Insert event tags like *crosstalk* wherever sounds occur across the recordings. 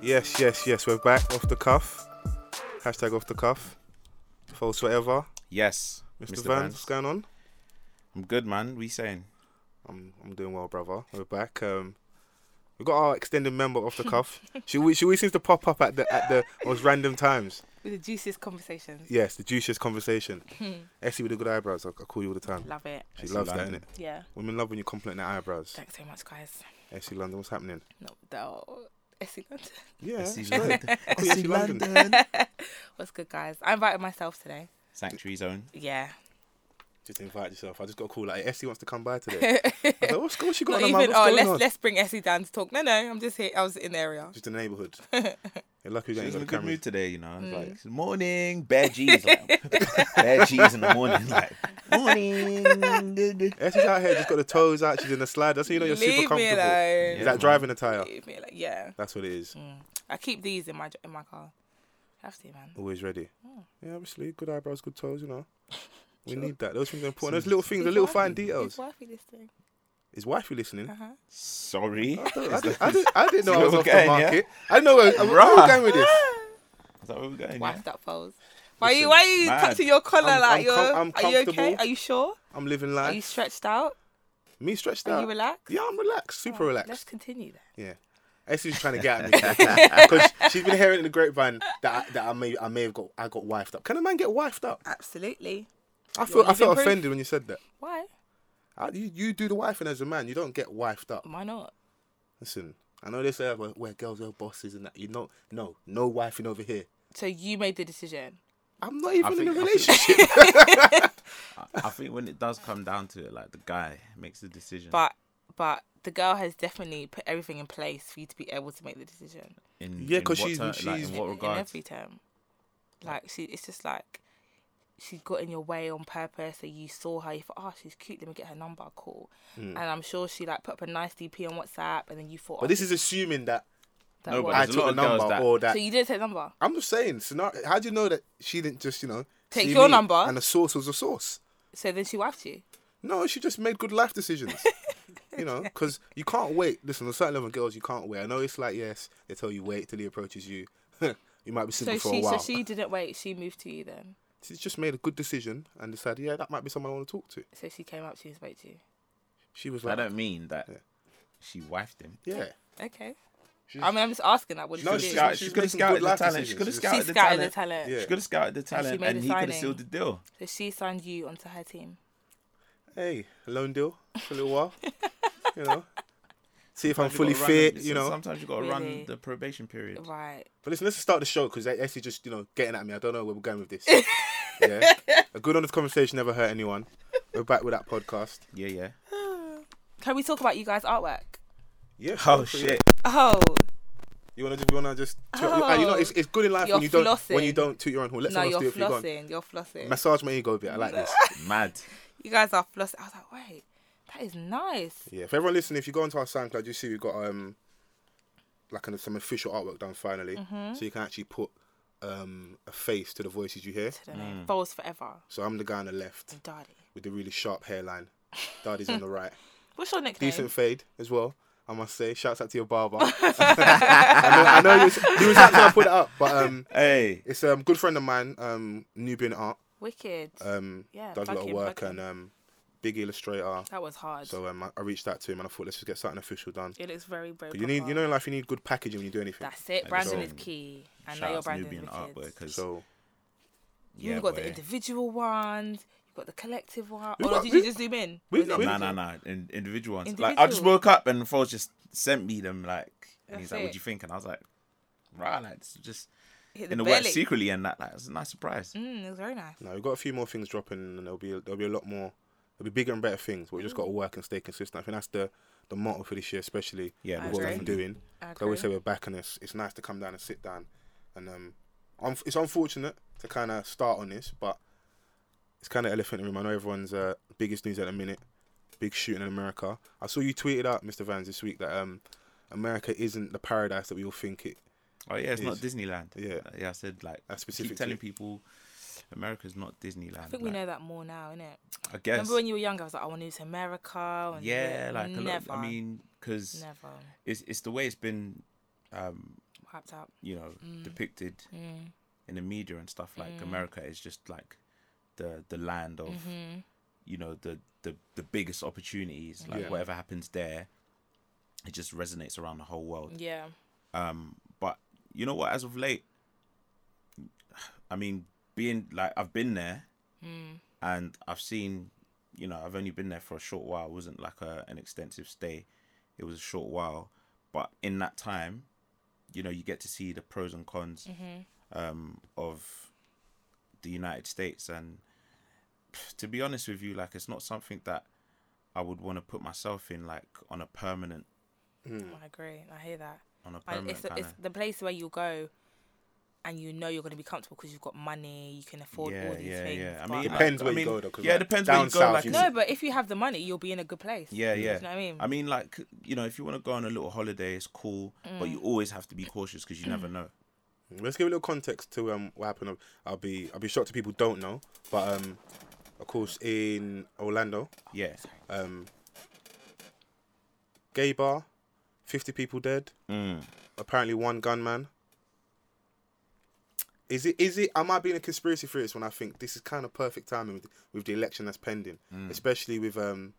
Yes, yes, yes. We're back off the cuff. Hashtag off the cuff. False whatever. Yes, Mr. Vance, what's going on? I'm good, man. We saying? I'm I'm doing well, brother. We're back. Um, we got our extended member off the *laughs* cuff. she we she always seems to pop up at the at the most random times. with the juiciest conversations. Yes, the juiciest *laughs* conversation. Essie with the good eyebrows. I, I call you all the time. Love it. She Essie loves that, London. innit? Yeah. Women love when you compliment their eyebrows. Thanks so much, guys. Essie London, what's happening? No, though. Essie London. Yeah, Essie that's right. *laughs* London. Call you *laughs* Essie London. *laughs* What's good, guys? I invited myself today. Sanctuary zone. Yeah. Just invite yourself. I just got a call like Essie wants to come by today. I was like, what's, what's she got on Not her even. mind? What's oh, going let's on? let's bring Essie down to talk. No, no. I'm just here. I was in the area. Just the *laughs* neighbourhood. You're lucky we She ain't got was in the a good cameras. mood today, you know. It's Like morning, bare G's, *laughs* like, bare G's in the *laughs* morning, like *laughs* morning. Essie's out here, just got the toes out. She's in the slide. That's how you know you're Leave super me comfortable. alone. Is that driving attire? Leave Mm. me alone. Yeah. That's what it is. I keep these in my in my car. Have to, man. Always ready. Mm. Yeah, obviously, good eyebrows, good toes. You know, we need that. Those things are important. Those little things, the little fine details. It's worthy this thing. Is wifey listening? Uh-huh. Sorry, I, did, I, did, I *laughs* didn't know I was Slow off the again, yeah? market. I didn't know where, where we were going with this. is that where we're going? Yeah? Wiped up foes. Why are you why are you mad. touching your collar I'm- like I'm you're com- I'm are you okay? comfortable. Are you sure? I'm living Are life. you stretched out? Me stretched Are out. you relaxed? Oh, Yeah, I'm relaxed. Super Let's relaxed. continue then. Yeah. Essie's trying to get at *laughs* me because she's been hearing in the grapevine that I, that I may I may have got I got wifed up. Can a man get wifed up? Absolutely. I feel I living felt proof. offended when you said that. Why? I, you, you do the wifing as a man. You don't get wifed up. Why not? Listen, I know they say we're, we're girls, we're bosses, and that. You know, no, no wifing over here. So you made the decision. I'm not even in think- a I think- relationship. I think when it does come down to it, like the guy makes the decision. But but the girl has definitely put everything in place for you to be able to make the decision. in, Yeah, in 'cause what she's- ter- like, she's- in what in- in regards? every term. Like she, it's just like she got in your way on purpose. So you saw her, you thought, oh, she's cute. Let me get her number. Call, and I'm sure she like put up a nice DP on WhatsApp, and then you thought, Hmm. but oh, this is assuming that that No, worked. I There's a took lot a of girls number that- or that. so you didn't take the number. I'm just saying, scenario, how do you know that she didn't just, you know, Take see your me number? and the source was a source? So then she wifed you. No, she just made good life *laughs* decisions. you know, because you can't wait. Listen, on a certain level, girls, you can't wait. I know it's like yes, they tell you wait till he approaches you. *laughs* you might be So single for she, a while. so she didn't wait. She moved to you then. She's just made a good decision and decided, yeah, that might be someone I want to talk to. So she came up to you and spoke to you. She was I like, don't mean that Yeah. she wifed him. yeah. Okay. She's- I mean, I'm just asking that. What did No, you she's do? got- Scout- she's She could have making scouted good the life talent. She decisions. could have She's- she scouted the scouted the talent. talent. Yeah. She could have scouted the talent, made and a he could have signing. sealed the deal. So she signed you onto her team. hey, a loan deal for a little *laughs* while. you know, see if I'm Sometimes you fully gotta run the- fit. You know, sometimes you got to Really? run the probation period. Right. but listen, let's start the show because Essie just you know getting at me. I don't know where we're going with *laughs* this. yeah, a good honest conversation never hurt anyone. We're back with that podcast. Yeah, yeah. Can we talk about you guys' artwork? Yeah. Oh sure, sure, shit! yeah. Oh, You wanna just you wanna just toot- ah, you know it's, it's good in life You're when you don't when you flossing. don't toot your own horn. Let no, someone you're else do it for you. Go on. flossing. You're flossing. Massage my ego a bit. I like this. Mad. You guys are flossing. I was like, wait, that is nice. Yeah, if everyone listening, if you go onto our SoundCloud, you see we've got um like an, some official artwork done finally, Mm-hmm. so you can actually put um a face to the voices you hear. I don't Mm. know. Balls forever. So I'm the guy on the left And Daddy. with the really sharp hairline. Daddy's *laughs* on the right. What's your nickname? Decent fade as well. I must say, shouts out to your *laughs* barber. *laughs* I know, I know you was, you was happy I put it up, but um, Hey, it's a um, good friend of mine, um, Nubian Art. Wicked. Um, Yeah, does a lot plug of him, work plug and him. um, big illustrator. that was hard. So um, I, I reached out to him and I thought, let's just get something official done. it looks very, very. But you need, proper. you know, in life, you need good packaging when you do anything. That's it. Brandon so- is key. I know shout your out to branding is Nubian art, boy. wicked. 'cause- So yeah, You've got boy. the individual ones. You've got the collective one. We've Or got- did you we- just zoom in? we've Was it got- Nah, individual? nah, nah. In, individual ones. Like I just Individual. woke up and Foles just sent me them. Like and he's That's like, "What it. do you think?" And I was like, "Right, like it's just Hit in the belly. works secretly and that. Like it's a nice surprise." Mm, it was very nice. now we've got a few more things dropping, and there'll be there'll be a lot more. There'll be bigger and better things. But we just got to work and stay consistent. I think that's the the motto for this year, especially Yeah, with most what we've been definitely. doing. 'Cause I agree. always say we're back, and it's it's nice to come down and sit down. And um, un- it's unfortunate to kind of start on this, but it's kind of elephant in the room. I know everyone's uh, biggest news at the minute, big shooting in America. I saw you tweeted out, Mr. Vans, this week that um, America isn't the paradise that we all think it Oh yeah, it's It not is. Disneyland. Yeah. Uh, yeah. I said like That's keep specific telling to- people America's not Disneyland. I think we know that more now, innit? I guess. Remember when you were younger? I was like, I want to do to America. And yeah, like a lot. never. I mean, because never it's it's the way it's been, um, hyped up. you know, depicted in the media and stuff. Like America is just like the the land of, Mm-hmm. Mm, you know, the the the biggest opportunities. Like Yeah. whatever happens there, it just resonates around the whole world. Yeah, Um, but you know what? As of late, I mean, being like I've been there, and I've seen, you know, I've only been there for a short while. It wasn't like a, an extensive stay. It was a short while, but in that time, you know, you get to see the pros and cons um, of the United States. And to be honest with you, like it's not something that I would want to put myself in, like on a permanent, Hmm. I agree. I hear that. on a And permanent it's, the, kind it's of. the place where you go and you know you're going to be comfortable because you've got money, you can afford all these things. I but- mean, Depends like, where I you mean, go, though, 'cause, Yeah, like, it depends down where you go. south Like, you no, but if you have the money, you'll be in a good place. yeah, yeah. you know what I mean? I mean, like you know, if you want to go on a little holiday, it's cool, but Mm. you always have to be cautious because you never know. Let's give a little context to um what happened. I'll be I'll be shocked if people don't know, but um, of course in Orlando, Yeah, um, gay bar, fifty people dead. Mm. Apparently one gunman. Is it is it? Am I being a conspiracy theorist when I think this is kind of perfect timing with with the election that's pending, especially with um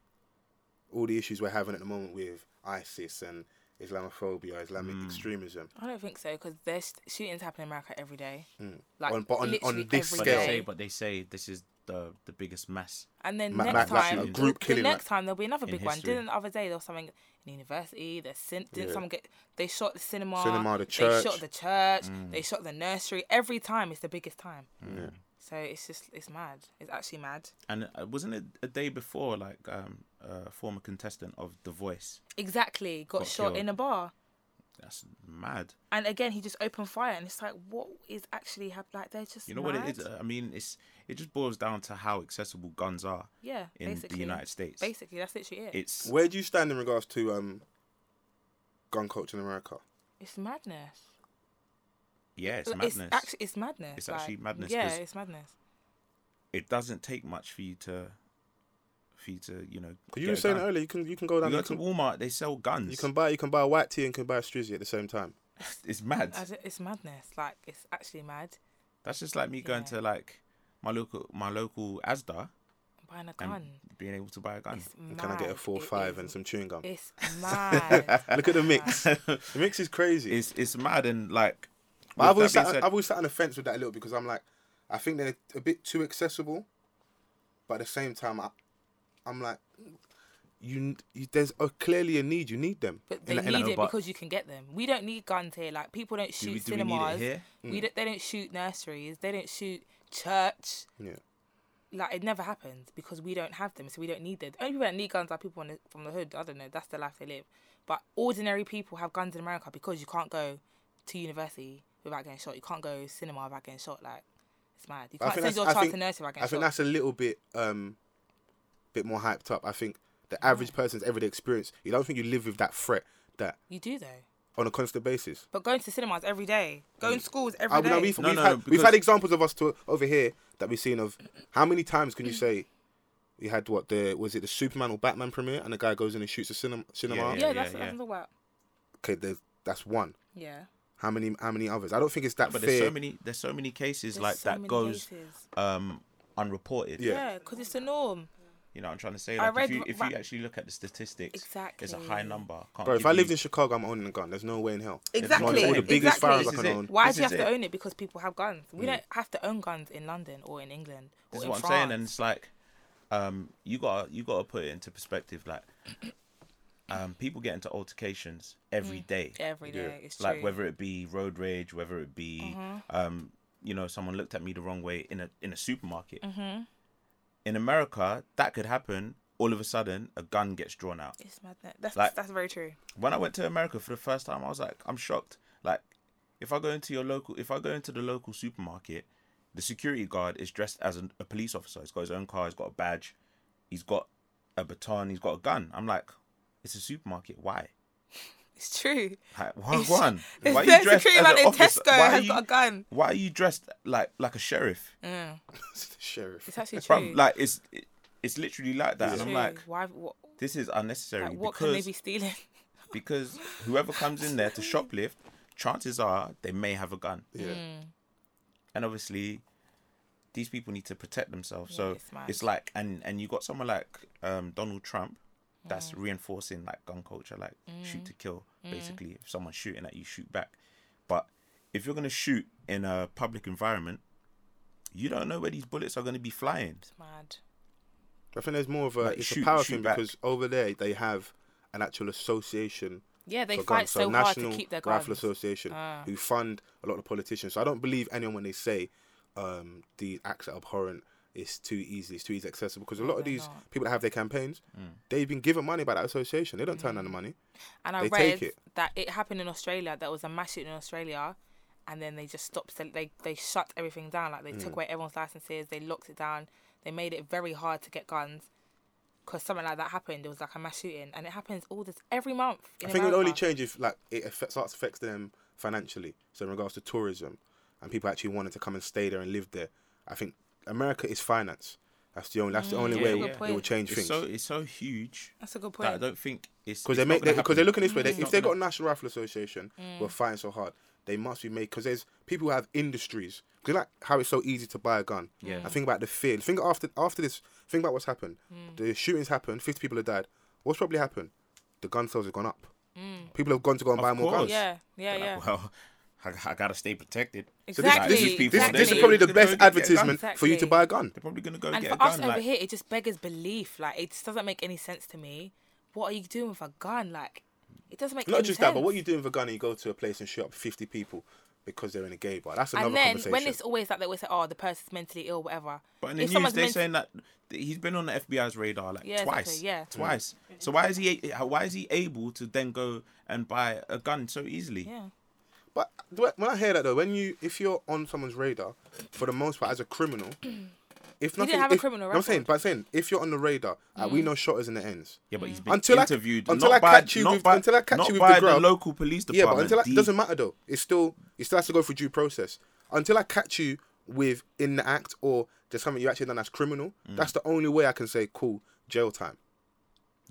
all the issues we're having at the moment with ISIS and Islamophobia, Islamic extremism. I don't think so because there's shootings happen in America every day. On- but on- literally on this every Hmm. but scale. they day. say, but they say this is the the biggest mess. And then Ma- next ma- that's time, a group the, killing, next like, time there'll be another big one. history. Didn't the other day there was something in university? The cin- didn't Yeah. someone get? They shot the cinema. Cinema, the They church. shot the church. Mm. They shot the nursery. Every time it's the biggest time. Yeah. So it's just it's mad. It's actually mad. And uh, wasn't it a day before, like um, a former contestant of The Voice? Exactly. Got, Got shot killed. in a bar. That's mad. And again, he just opened fire, and it's like, what is actually happening? Like they're just You know what mad. it is? Uh, I mean, it's it just boils down to how accessible guns are Yeah, in basically. the United States. Basically, that's literally it. It's Where do you stand in regards to um, gun culture in America? It's madness. yeah, it's Like, madness. It's actually it's madness. It's actually like, madness Yeah, 'cause- it's madness. it doesn't take much for you to for you to you know. Because you get were a saying gun. earlier, you can you can go down. You You, go to can, Walmart, they sell guns. you can buy you can buy a white tea and can buy a strizzy at the same time. It's mad. I don't- It's madness. Like it's actually mad. That's just like me going Yeah. to like my local my local ASDA Buying a and gun. being able to buy a gun. It's And mad. can I get a four It five is- and some chewing gum? *laughs* It's mad. Look at the mix. the mix is crazy. *laughs* It's it's mad and like. But I've with always that sat, being said- I've always sat on the fence with that a little because I'm like, I think they're a bit too accessible, but at the same time, I, I'm like, you, you there's a, clearly a need. You need them. But In they a- in a- need it but- because you can get them. We don't need guns here. Like people don't shoot we- do we need it cinemas. here? Mm. We don't, they don't shoot nurseries. They don't shoot church. yeah. Like it never happens because we don't have them, so we don't need them. The only people that need guns are people on the, from the hood. I don't know. That's the life they live. But ordinary people have guns in America because you can't go to university without getting shot. You can't go cinema without getting shot. Like it's mad. You I think can't send that's- your I child think- to nursery without getting I think shot. that's a little bit um bit more hyped up. I think the average person's everyday experience, you don't think you live with that threat that You do though. on a constant basis. But going to cinemas every day, going to schools every I, day. no, we've, No, we've no, had, we've because- had examples of us to, over here that we've seen of how many times can you say we had what the was it the Superman or Batman premiere and the guy goes in and shoots a cinema cinema. Yeah, yeah, that's yeah, what yeah. I'm talking about. Okay, there's that's one. Yeah. How many how many others? I don't think it's that But there's fair. so many there's so many cases There's like so that many goes cases. um unreported. Yeah. Yeah, because it's the norm. You know what I'm trying to say? I Like if read you wh- if wh- you actually look at the statistics, it's a high Exactly. number. Can't Bro, if give I you- lived in Chicago, I'm owning a gun. There's no way in hell. It's one of Exactly, all the biggest exactly. firearms I This can is it. own. *laughs* Why This do you is have to it. Mm. own it? Because people have guns. We don't have to own guns in London or in England or This is in what I'm France. saying, and it's like, um, you got to you got to put it into perspective. Like, *clears throat* um, people get into altercations every day, Mm. Every day, it's true. Mm-hmm. like whether it be road rage, whether it be, um, you know, someone looked at me the wrong way in a in a supermarket. Mm-hmm. In America, that could happen. All of a sudden, a gun gets drawn out. it's madness. That's like- that's very true. When I went to America for the first time, I was like, I'm shocked. Like, if I go into your local, if I go into the local supermarket, the security guard is dressed as an, a police officer. He's got his own car. He's got a badge. He's got a baton. He's got a gun. I'm like, it's a supermarket. Why? It's true. Like, why *laughs* It's- one? The Why third you dressed security as man an in officer? Tesco Why are has you, got a gun. Why are you dressed like like a sheriff? Mm, sheriff. it's actually true. Bruv, like it's it, it's literally like that, Yeah. and I'm True. like, why? What, this is unnecessary like, what can because they be stealing? *laughs* because whoever comes in there to shoplift, chances are they may have a gun, Yeah. and obviously these people need to protect themselves. Yeah, so it's it's, mad. like, and and you got someone like um, Donald Trump that's Mm. reinforcing like gun culture, like shoot to kill. Basically, if someone's shooting at you, shoot back. But if you're gonna shoot in a public environment, you don't know where these bullets are gonna be flying. It's mad. I think there's more of a Like, it's shoot- a power shoot thing back. because over there they have an actual association Yeah, they for fight guns, so hard National to keep their guns. Ah. Rifle Association, who fund a lot of politicians. So I don't believe anyone when they say um, the acts are abhorrent. It's too easy. It's too easy accessible because a lot of they're these not. people that have their campaigns, Mm. they've been given money by that association. They don't turn down the money. And I They take read it. that it happened in Australia. There was a mass shooting in Australia, and then they just stopped. sell- They they shut everything down. Like they Mm. took away everyone's licenses. They locked it down. They made it very hard to get guns. Cause something like that happened. It was like a mass shooting, and it happens all this every month. In I think it would only America. change if like it affects, starts affects them financially. So in regards to tourism, and people actually wanting to come and stay there and live there, I think America is finance. That's the only. That's the only Mm. yeah, way yeah. it will Good change It's things. so it's so huge That's a good that I point. Mm. don't think it's because it's they not make gonna because they're happen. looking this way. They, It's if not they got gonna- a National Rifle Association, Mm. we're fighting so hard. They must be made because there's people who have industries. 'Cause you like how it's so easy to buy a gun. Yeah. I think about the fear. Think after after this. Think about what's happened. Mm. The shootings happened. Fifty people have died. What's probably happened? The gun sales have gone up. Mm. People have gone to go and buy more course. guns. Yeah, yeah, They're yeah. like, well, *laughs* I, I gotta stay protected. So this- Exactly. this, These people, this, they're this is gonna- probably the they're gonna best go get a gun. advertisement for you to Exactly. buy a gun. They're probably gonna go and get for a gun. us over like, here, it just beggars belief. Like it just doesn't make any sense to me. What are you doing with a gun? Like it doesn't make Not any just sense. that, but what you doing with a gun? And you go to a place and shoot up fifty people because they're in a gay bar. That's another and then conversation. when it's always like they always say, "Oh, the person's mentally ill, whatever." but in the news, someone's they're ment- saying that th- he's been on the FBI's radar like Yeah, twice. exactly, yeah. Twice. So why is he a- why is he able to then go and buy a gun so easily? yeah, But th- when I hear that though, when you if you're on someone's radar, for the most part as a *clears throat* criminal, if didn't nothing, have a if- criminal no, I'm saying, record. Mm. but I'm saying if you're on the radar, uh, we know shotters in the ends. Yeah, but he's been Until I- interviewed until not I by, catch you not with- by, until I catch not you with the by grub. local police Yeah, department. but until that the- doesn't matter though. It's still it still has to go through due process. Until I catch you with in the act or there's something you actually done that's criminal, that's the only way I can say cool jail time.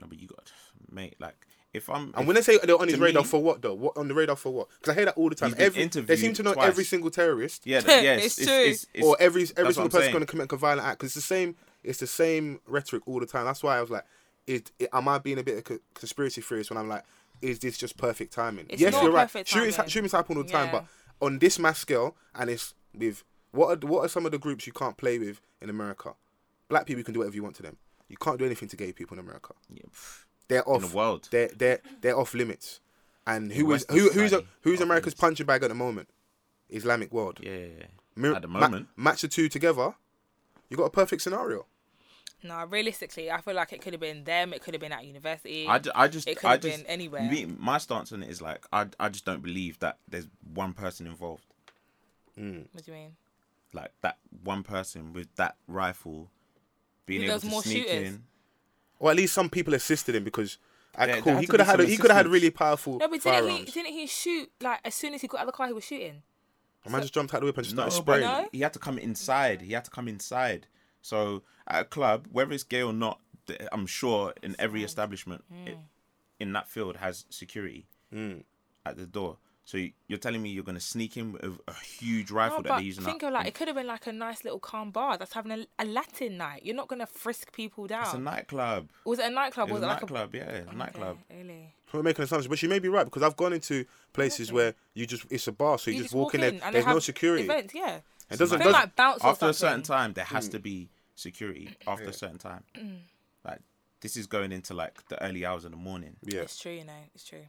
No, but you got, mate. Like if I'm And if- when they say they're on his to radar me- for what though? What on the radar for what? Because I hear that all the time. He's been Every, they seem interviewed to know twice. every single terrorist. *laughs* yeah, that, yes, It's it's, true. it's, it's- or every that's every what single I'm person saying. going to commit a violent act. 'Cause it's the same it's the same rhetoric all the time. That's why I was like, is it, am I being a bit of a conspiracy theorist when I'm like, is this just perfect timing? It's yes, not you're right. perfect Shootings, timing. shootings happen all the time, Yeah. but on this mass scale, and it's with what are what are some of the groups you can't play with in America? Black people you can do whatever you want to them. You can't do anything to gay people in America. Yeah, pff, They're off the world. They're they're they're off limits. And who is Western who, who's society, who's off America's punching bag at the moment? Islamic world. yeah, yeah, yeah. Mir- at the ma- moment. match the two together, you got a perfect scenario. no. Realistically, I feel like it could have been them. It could have been at university. I, ju- I just It could I have just, been anywhere. Me, my stance on it is like I, I just don't believe that there's one person involved what do you mean? like that one person with that rifle being There able was to more sneak shooters. in. Or at least some people assisted him because, like, Yeah, there cool, had he to could have be had a, some he could have had assistance. really powerful No, but didn't he? firearms. Didn't he shoot like as soon as he got out of the car? He was shooting. A man just jumped out of the whip and just No, started but spraying. No? he had to come inside. He had to come inside. So at a club, whether it's gay or not, th- I'm sure in every establishment i- Mm. in that field has security at the door. So you- you're telling me you're going to sneak in with a huge rifle No, that but they're using? think up- of like it could have been like a nice little calm bar that's having a, a Latin night. You're not gonna frisk people down. it's a nightclub. was it a niceclub? It was a like nightclub, yeah, it's a Okay, nightclub. really? We're making assumptions, but she may be right because I've gone into places where you just it's a bar, so you, just, walk in there. and they There's no have security. Events, yeah. It doesn't. I doesn't- feel like bounce or after a certain something. time there has to be security after a certain time Mm. like this is going into like the early hours of the morning yeah. It's true, you know. It's true.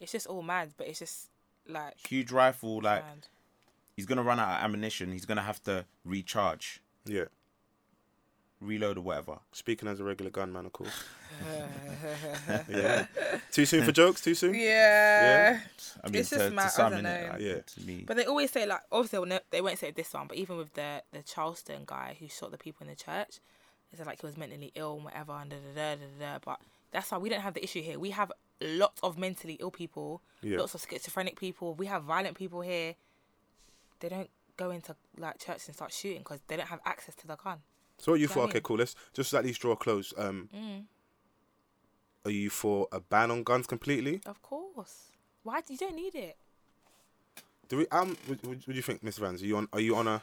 It's just all mad, but it's just like huge rifle like mad. he's gonna run out of ammunition he's gonna have to recharge Yeah. reload or whatever Speaking as a regular gunman, of *laughs* course. *laughs* yeah. Too soon for jokes. Too soon. Yeah. i mean It's to, just to mad, I some don't innit, know. like, Yeah. to me But they always say like obviously they'll ne- they won't say it this one, but even with the the Charleston guy who shot the people in the church, they said like he was mentally ill and whatever and da da da da da. But that's why we don't have the issue here. We have lots of mentally ill people, Yeah. lots of schizophrenic people. We have violent people here. They don't go into like church and start shooting because they don't have access to the gun. So are you Do you for? know what I Okay, mean? Mm. cool. Let's just at least draw a close. Um, Are you for a ban on guns completely? Of course. Why do you don't need it? Do we? Um, what, what do you think, Miss Vans? Are you on? Are you on a?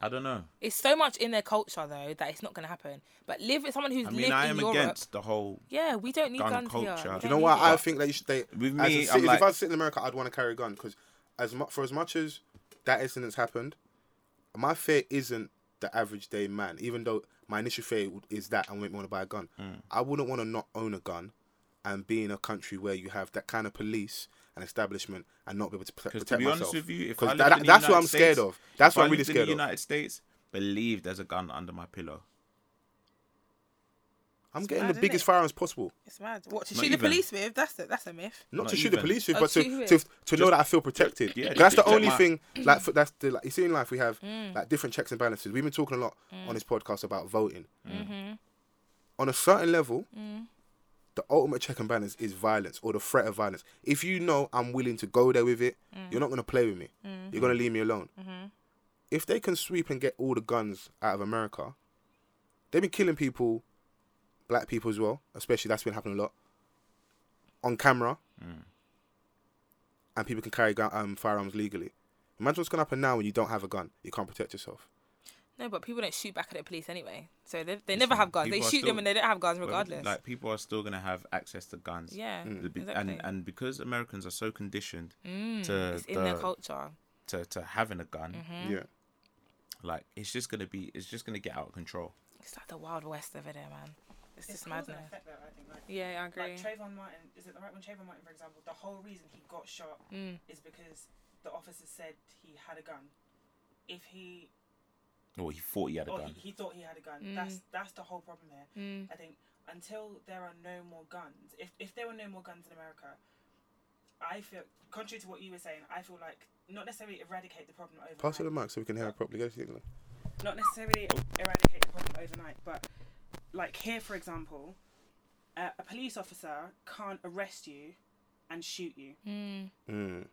I don't know. It's so much in their culture though that it's not going to happen. But live with someone who's I lived mean, I in am Europe. against the whole. Yeah, we don't need Gun guns here. culture. You We You don't know need why it. I think that you should. They, With as a me, I'm citizen- like- if I was sitting in America, I'd want to carry a gun because, as much for as much as that incident's happened, my fear isn't the average day man. Even though my initial fear would- is that and make me want to buy a gun, Mm. I wouldn't want to not own a gun, and be in a country where you have that kind of police and establishment and not be able to protect, Because protect to be myself. honest with you, if 'Cause I that- lived in the that's what United I'm scared States- of. That's if what I I'm really lived scared in the of. United States, believe there's a gun under my pillow. I'm getting mad, the isn't biggest it? firearms possible. It's mad. What to Not shoot the even. police with? That's the, that's a myth. not, Not to shoot the even. police with, Oh, but to, to to, who to is? know that I feel protected. yeah, that's the just only protect Mm. thing. Like for, that's the like, you see in life we have Mm. like different checks and balances. We've been talking a lot on this podcast about voting. Mm. Mm-hmm. On a certain level, Mm. the ultimate check and balance is violence or the threat of violence. If you know I'm willing to go there with it, Mm. you're not going to play with me. You're going to leave me alone. Mm-hmm. If they can sweep and get all the guns out of America, they've been killing people, black people as well. Especially that's been happening a lot on camera and people can carry gun, um, firearms legally. Imagine what's going to happen now when you don't have a gun. You can't protect yourself. No, but people don't shoot back at the police anyway. So they, they never have guns. They people are shoot still- them and they don't have guns Well, regardless. Like people are still gonna have access to guns. yeah, Mm. The be- exactly. Mm, And and because Americans are so conditioned to, it's in their Mm-hmm. the- culture. to to having a gun, Hmm? Yeah. like it's just gonna be it's just gonna get out of control. It's like the wild west over there, man. It's, just cause and madness. effect though, I think, like- Yeah, I agree. Like Trayvon Martin, is it the right one? Trayvon Martin, for example, the whole reason he got shot Mm. is because the officer said he had a gun. If he Or he thought he had a Oh, or gun. he, he thought he had a Mm. gun. That's that's the whole problem here. I think until there are no more guns, if if there were no more guns in America, I feel contrary to what you were saying, I feel like not necessarily eradicate the problem overnight. Pass it the mic so we can hear it properly. Go to England. not necessarily eradicate the problem overnight, but like here, for example, uh, a police officer can't arrest you and shoot you Hmm, Mm.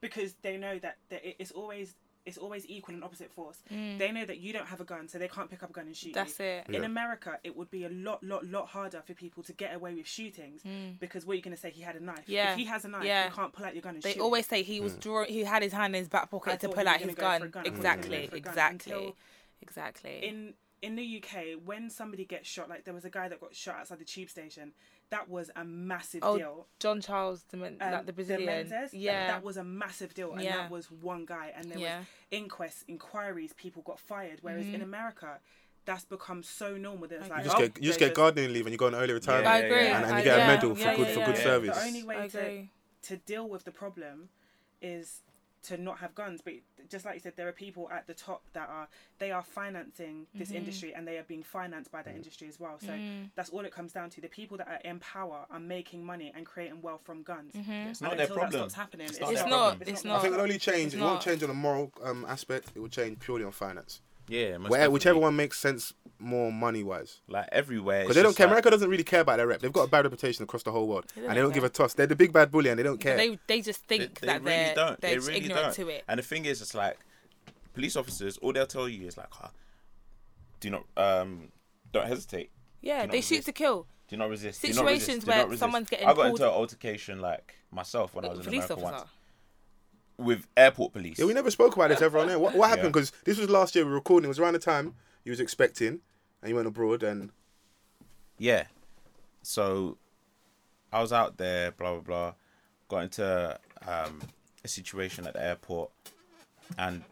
because they know that, that it- it's always it's always equal and opposite force. They know that you don't have a gun, so they can't pick up a gun and shoot Mm. That's you. it. In Yeah. America, it would be a lot, lot, lot harder for people to get away with shootings because what are you going to say? He had a knife. Mm. Yeah, If he has a knife, yeah. you can't pull out your gun and They shoot him. always say Hmm. he was drawing. He had his hand in his back I pocket to thought pull he was out his gonna gun. go for a gun. I thought he was Exactly, gonna go for a gun exactly, until- exactly. in in the UK, when somebody gets shot, like there was a guy that got shot outside the tube station, that was a massive oh, deal. John Charles, the, men, Um, like the Brazilian. Menendez, like, yeah, that was a massive deal, and Yeah. that was one guy, and there Yeah. Mm-hmm. was inquests, inquiries, people got fired. Whereas in America, that's become so normal. There's like You just oh, get you just they're get gardening leave and you go on early retirement. I Yeah, agree. yeah. And, and I- you get yeah, a medal for yeah, good yeah, for good yeah. service. The only I way to, agree. to deal with the problem is to not have guns. But just like you said, there are people at the top that are they are financing this industry and they are being financed by that industry as well. So that's all it comes down to. The people that are in power are making money and creating wealth from guns. It's not their problem. happening, It's Mm-hmm. it's, not their their problem. problem. It's I not. think it'll only change. It's It won't not. change on a moral um, aspect. It will change purely on finance. Yeah, most Where, whichever definitely. one makes sense more money wise. Like everywhere. Because they don't care. Like, America doesn't really care about their rep. They've got a bad reputation across the whole world, and they don't don't give a toss. They're the big bad bully, and they don't care. They they just think they that really they're don't. they're they just really ignorant don't. to it. And the thing is, it's like police officers. All they'll tell you is like, ah, do not um, don't hesitate. Yeah, not they shoot resist. to kill. Do not resist. do not Situations resist, do where not resist. someone's getting I got pulled- into an altercation like myself when I was in Police America officer. once with airport police. Yeah, we never spoke about this ever on air. What, what happened? Because this was last year we were recording. It was around the time you was expecting, and you went abroad, and Yeah. So I was out there, blah blah blah, got into um, a situation at the airport, and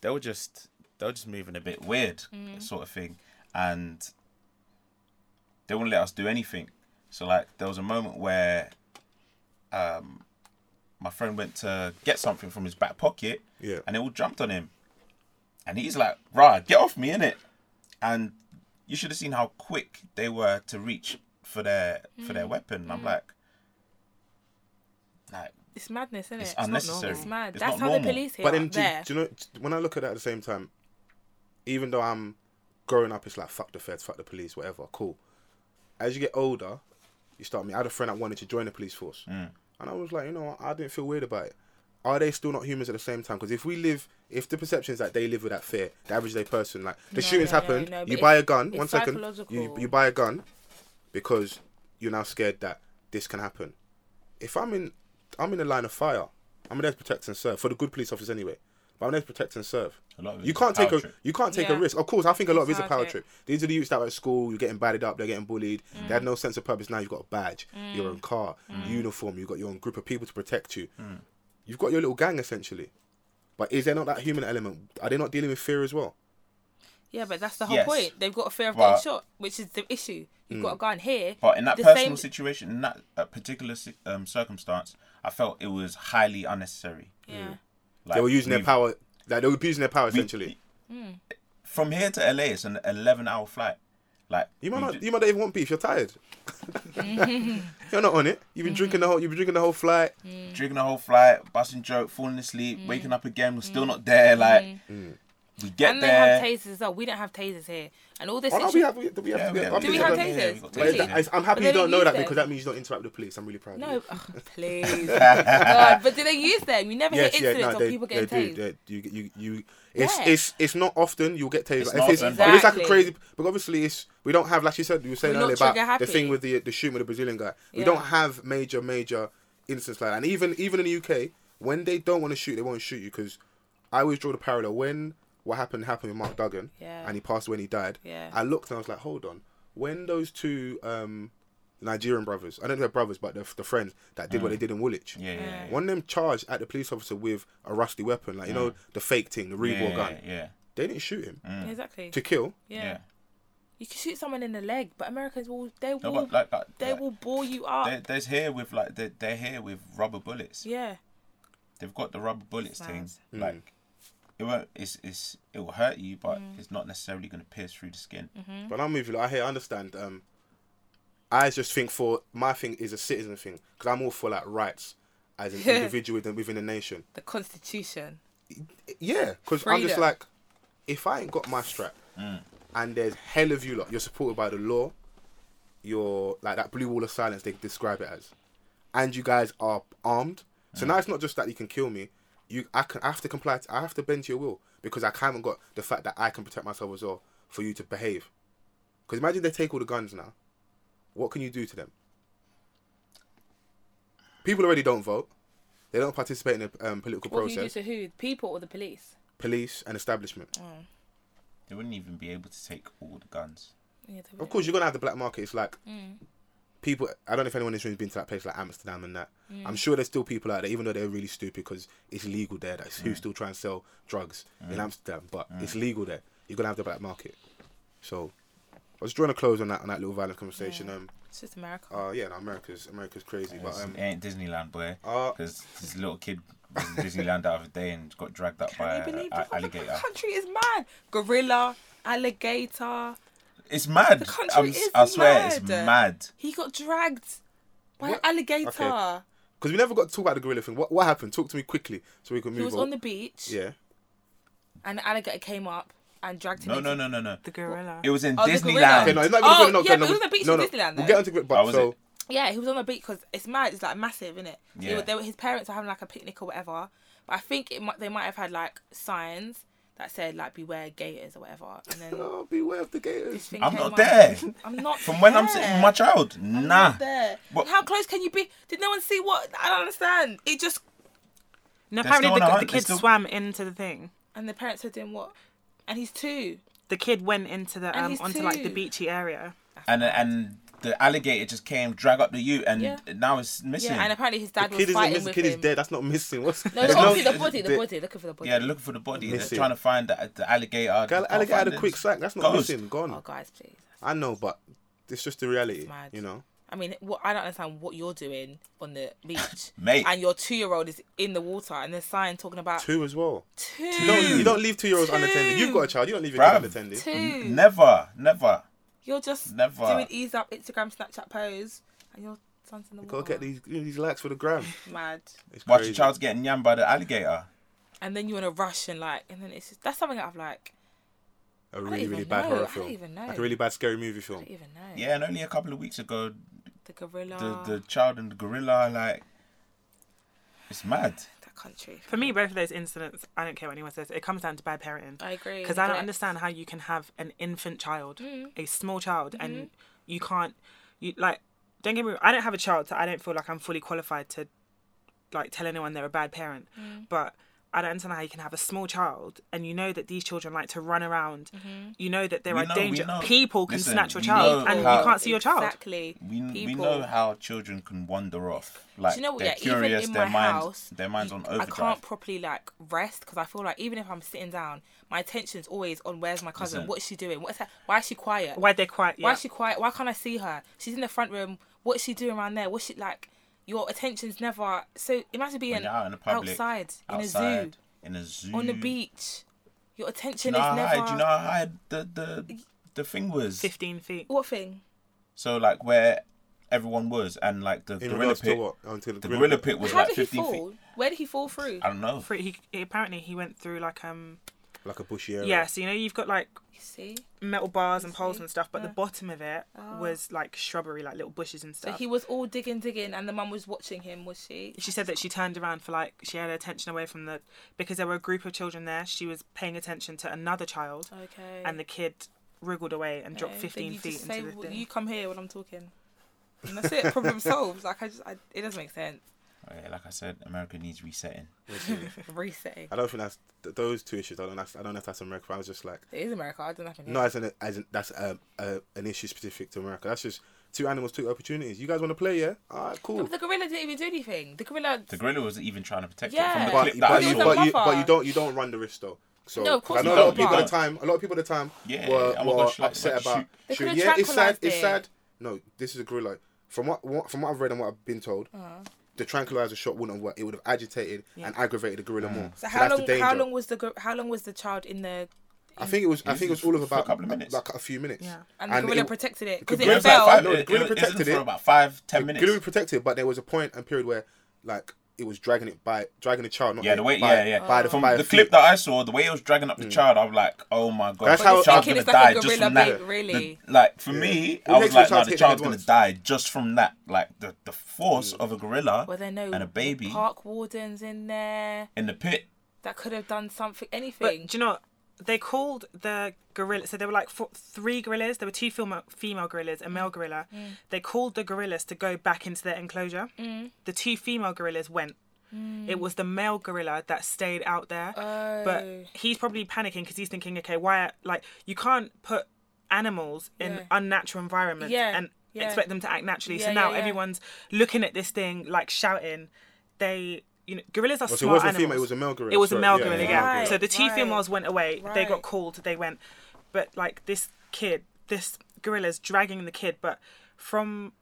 they were just they were just moving a bit weird, sort of thing, and they wouldn't let us do anything. So like there was a moment where um, my friend went to get something from his back pocket, Yeah. and they all jumped on him, and he's like, "Rah, get off me, innit?" And you should have seen how quick they were to reach for their for their weapon. And I'm like, like It's madness, isn't it? It's unnecessary. It's mad. It's That's not how normal. the police here. but then are do, there. do you know? When I look at that at the same time, even though I'm growing up, it's like fuck the feds, fuck the police, whatever. Cool. As you get older, You start me. I had a friend that wanted to join the police force, and I was like, you know, what? I didn't feel weird about it. Are they still not humans at the same time? Because if we live, if the perception is that they live with that fear, the average day person, like the No, shootings no, no, happened, no, but you it's- buy a gun. it's One second, you psychological. you buy a gun because you're now scared that this can happen. If I'm in, I'm in the line of fire. I'm there to protect and serve for the good police officers anyway. But I'm there to protect and serve. A lot of you it's can't a power take a trip. you can't take a Yeah. risk. Of course, I think a lot of it's a Power power trip. trip. These are the youths that were at school. You're getting batted up. They're getting bullied. They had no sense of purpose. Now you've got a badge, your own car, uniform. You've got your own group of people to protect you. Mm. You've got your little gang essentially. But is there not that human element? Are they not dealing with fear as well? Yeah, but that's the whole Yes. point. They've got a fear of But- Hmm. getting shot, which is the issue. You've got a gun here. But in that the personal same- situation, in that uh, particular si- um, circumstance, I felt it was highly unnecessary. Yeah. Like, they were using their we've- power. Like they were abusing their power we- essentially. From here to LA, it's an eleven-hour flight. Like You might we not. did- You might not even want beef. You're *laughs* tired. you're not on it. You've been drinking the whole. You've been drinking the whole flight. Mm. drinking the whole flight, busting joke, falling asleep, waking up again, we're still not there. Like Mm. we get Mm. and they there. have tasers as well. We don't have tasers here. And all this Why don't issue- Oh, we have? we- Do we have? Yeah, we have- yeah, I'm Do we thinking have about- tasers? yeah, we've got Well, tasers. that- I- I'm happy you But they don't don't know use that them. because that means you don't interact with the police. I'm really proud. *laughs* No, Of oh, *laughs* please. God, but do they use them? You never you. Yes, hear yeah, incidents no, of they, people they getting do. tased. They, you, you, you, it's, Yeah. it's, it's not often you'll get tased. It's If not it's, if often. it's like a Exactly. crazy, but obviously it's we don't have like you said you were saying We're not earlier about trigger-happy. the thing with the the shooting with the Brazilian guy. We Yeah. don't have major major incidents like that. And even even in the UK, when they don't want to shoot, they won't shoot you because I always draw the parallel when what happened happened with Mark Duggan Yeah. and he passed away and he died. Yeah. I looked and I was like, hold on, when those two um, Nigerian brothers, I don't know if they're brothers, but they're, they're friends that did what they did in Woolwich. Mm. Yeah, yeah, yeah. One of them charged at the police officer with a rusty weapon, like you know the fake thing, the Mm. yeah, reball yeah, Mm. gun. yeah, They didn't shoot him Exactly. to kill. Yeah. Hmm. yeah. You can shoot someone in the leg, but Americans will they will No, but like, like they like, will bore you up. there- there's here with like they're, they're here with rubber bullets. yeah. They've got the rubber bullets Sad. thing. Mm. Like it won't. It's it's it will hurt you, but Mm. it's not necessarily going to pierce through the skin. Mm-hmm. But I'm with you. like, I hear, I understand. Um, I just think for my thing is a citizen thing because I'm all for like rights as an individual within, within the nation. The Constitution. Yeah, because I'm just Freedom. like, if I ain't got my strap, and there's hell of you lot, you're supported by the law, you're like that blue wall of silence they describe it as, and you guys are armed. So now it's not just that you can kill me, you I can I have to comply. To, I have to bend to your will because I haven't got the fact that I can protect myself as well for you to behave. Because imagine they take all the guns now, what can you do to them? People already don't vote. They don't participate in the um, political What do process you do to who? People or the police? police and establishment. Oh, They wouldn't even be able to take all the guns. Yeah, they Mm. Of will. course, you're gonna have the black market. It's like people. I don't know if anyone in this room's been to that place like Amsterdam and that. Mm. I'm sure there's still people out there, even though they're really stupid because it's legal there. That's Mm. who still try and sell drugs in Amsterdam, but it's legal there. You're gonna have the black market. So, I was drawing a close on that on that little violent conversation. Um, It's just America. uh, yeah, no, America's America's crazy, but It's- um, it ain't Disneyland, boy. uh, Because this little kid was in Disneyland the other day and got dragged up by Can you an believe the whole alligator. country is mad? Gorilla, alligator. It's mad. The country I'm, is I swear, it's mad. mad. He got dragged by an What? alligator. Okay. because we never got to talk about the gorilla thing. What what happened? Talk to me quickly so we can move He was on. on the beach *laughs* yeah, and the alligator came up and dragged him. No, into no, no, no, no. The gorilla. It was in Oh, the gorilla. Disneyland. okay, no, it's not even Oh, gorilla, no, yeah, no, but it was a beach no, in no, Disneyland, We'll though. get onto it, How but was so it? Yeah, he was on the beach because it's mad. It's like massive, isn't it? Yeah. Yeah. They, were, his parents are having like a picnic or whatever. But I think it might they might have had like signs that said like beware gators or whatever. And then Oh, beware of the this gators. thing I'm came not up. there. I'm not. From when I'm there. sitting with my child, I'm nah. Not there. What- How close can you be? Did no one see what? I don't understand. It just No, They're still apparently on a the, hunt, the they're kid still- swam into the thing. and the parents are doing what? And he's two. The kid went into the And um he's onto like the two. beachy area. and and the alligator just came, drag up the ute, and Yeah. now it's missing. Yeah, and apparently his dad The was kid isn't fighting missing. with Kid is him. dead. That's not missing. What's *laughs* No, there's it's obviously no- the body, the the- body, looking for the body. yeah, they're looking for the body. They're Missing. trying to find the, the alligator. They Gal- can't alligator find had a it. quick sack. That's not Ghost. missing. Gone. Oh, guys, please. I know, but it's just the reality. mad. You know. I mean, what I don't understand what you're doing on *laughs* the beach, Mate. And your two-year-old is in the water, and there's sign talking about Two as well. two. You don't, you don't leave two year olds unattended. You've got a child. You don't leave your Bruv. kid unattended. Two. Never, never. You're just Never. doing ease up Instagram, Snapchat pose, and your son's in the Gotta water. get these these likes for the gram. Mad. It's Watch crazy. your child's getting yammed by the alligator. And then you're in a rush and like, and then it's just, that's something that I've like, A really even really bad know. I horror don't film. even know. Like a really bad scary movie I film. don't even know. Yeah, and only a couple of weeks ago, the gorilla. the the child and the gorilla, like it's mad. that country. For me, both of those incidents, I don't care what anyone says, it comes down to bad parenting. I agree. Because I don't neglect. understand how you can have an infant child, Mm. a small child, Mm-hmm. and you can't, you like, don't get me wrong, I don't have a child, so I don't feel like I'm fully qualified to, like, tell anyone they're a bad parent. Mm. But I don't understand how you can have a small child and you know that these children like to run around. Mm-hmm. You know that there We are know, we danger. know. People can Listen, snatch your we child know and Uh, how- you can't see your child. Exactly. We, we People- know how children can wander off. Like Do you know what? they're Yeah, curious, even in their my mind, house, their mind's on I overdrive. can't properly like rest because I feel like even if I'm sitting down, my attention's always on where's my cousin, Listen. what's she doing, what's that, why is she quiet, Why they're quiet. Yeah. why is she quiet, why can't I see her? She's in the front room. What's she doing around there? What's she like? Your attention's never so. Imagine being When you're out in the public, outside in a zoo outside, in a zoo, on the beach. Your attention Do you know is how never. high? Do you know how high the the the thing was? 15 feet. What thing? So like where everyone was, and like the In gorilla regards to pit. what? Oh, to the The gorilla gorilla pit. pit was How like did he 15 fall? feet. Where did he fall through? I don't know. Fr- He, he- apparently, he went through like um like a bushy area. yeah. So you know you've got like See, metal bars and poles see? and stuff, but the bottom of it was like shrubbery, like little bushes and Ah. so stuff. he was all digging, digging, and the mum was watching him, was she? she said that she turned around for like she had her attention away from the because there were a group of children there. She was paying attention to another child, Oh, Okay. and the kid wriggled away and dropped Okay, then 15 you feet just say, into the "Well, thing. You come here when I'm talking. And that's it. *laughs* Problem solved. Like I just, I, it doesn't make sense. Okay, like I said, America needs resetting. Resetting. I don't think that's th- those two issues. I don't. That's, I don't know if that's America. but I was just like, It is America. I don't have any. no, as an, as an, that's a, a, an issue specific to America. That's just two animals, two opportunities. You guys want to play? Yeah. All right, cool. But the gorilla didn't even do anything. The gorilla. The gorilla wasn't even trying to protect it from Yeah. the but, clip but, that I you, saw. It was but, a you, but mother. you don't you don't run the risk though. So, No, of 'cause course I know a you lot don't. of people at the You time. A lot of people at the time Yeah, were, I'm not were gonna shoot- upset I'm not about. gonna They shooting. could've Yeah, it's sad. tranquilised It's it. sad. No, this is a gorilla. From what, what from what I've read and what I've been told, Uh-huh. the tranquilizer shot wouldn't have worked. It would have agitated and aggravated the Mm. gorilla more. So how that's the long? danger. How long was the? gor- How long was the child in the? I think it was. I was think it was just all of for a about couple of minutes. like a few minutes. Yeah. And the gorilla it- protected it the because gorilla it was like fell. five, No, the it, gorilla it was protected in it. for about five, ten minutes. Gorilla protected, but there was a point and period where, like, it was dragging it by dragging the child. Not yeah, it, the way, by, yeah, yeah. By the, From by the a clip feet. Mm. that I saw, the way it was dragging up the child, I was like, oh my god, That's the how- You're child's thinking gonna it's like die a just gorilla from that. bait, really. The- like for me, All I it was takes for a child to hit like, no, the the head child's gonna once. Mm. die just from that. Like the the force of a gorilla Were there no and a baby park wardens in there in the pit. that could have done something, anything? But do you know what? They called the gorilla. So there were like four, three gorillas. There were two female, female gorillas, a Mm. male gorilla. They called the gorillas to go back into their enclosure. Mm. The two female gorillas went. It was the male gorilla that stayed out there. But Oh. he's probably panicking because he's thinking, okay, why? Like you can't put animals in Yeah. unnatural environments Yeah, and yeah. expect them to act naturally. so Yeah, now yeah, yeah. everyone's looking at this thing like shouting. They, you know, gorillas are So it smart wasn't a animals. female. It was a male gorilla. It was a sorry, male yeah, gorilla, it was yeah. a male Right, So the two right. females went away. They Right. got called. They went, but like this kid, this gorilla's dragging the kid. But from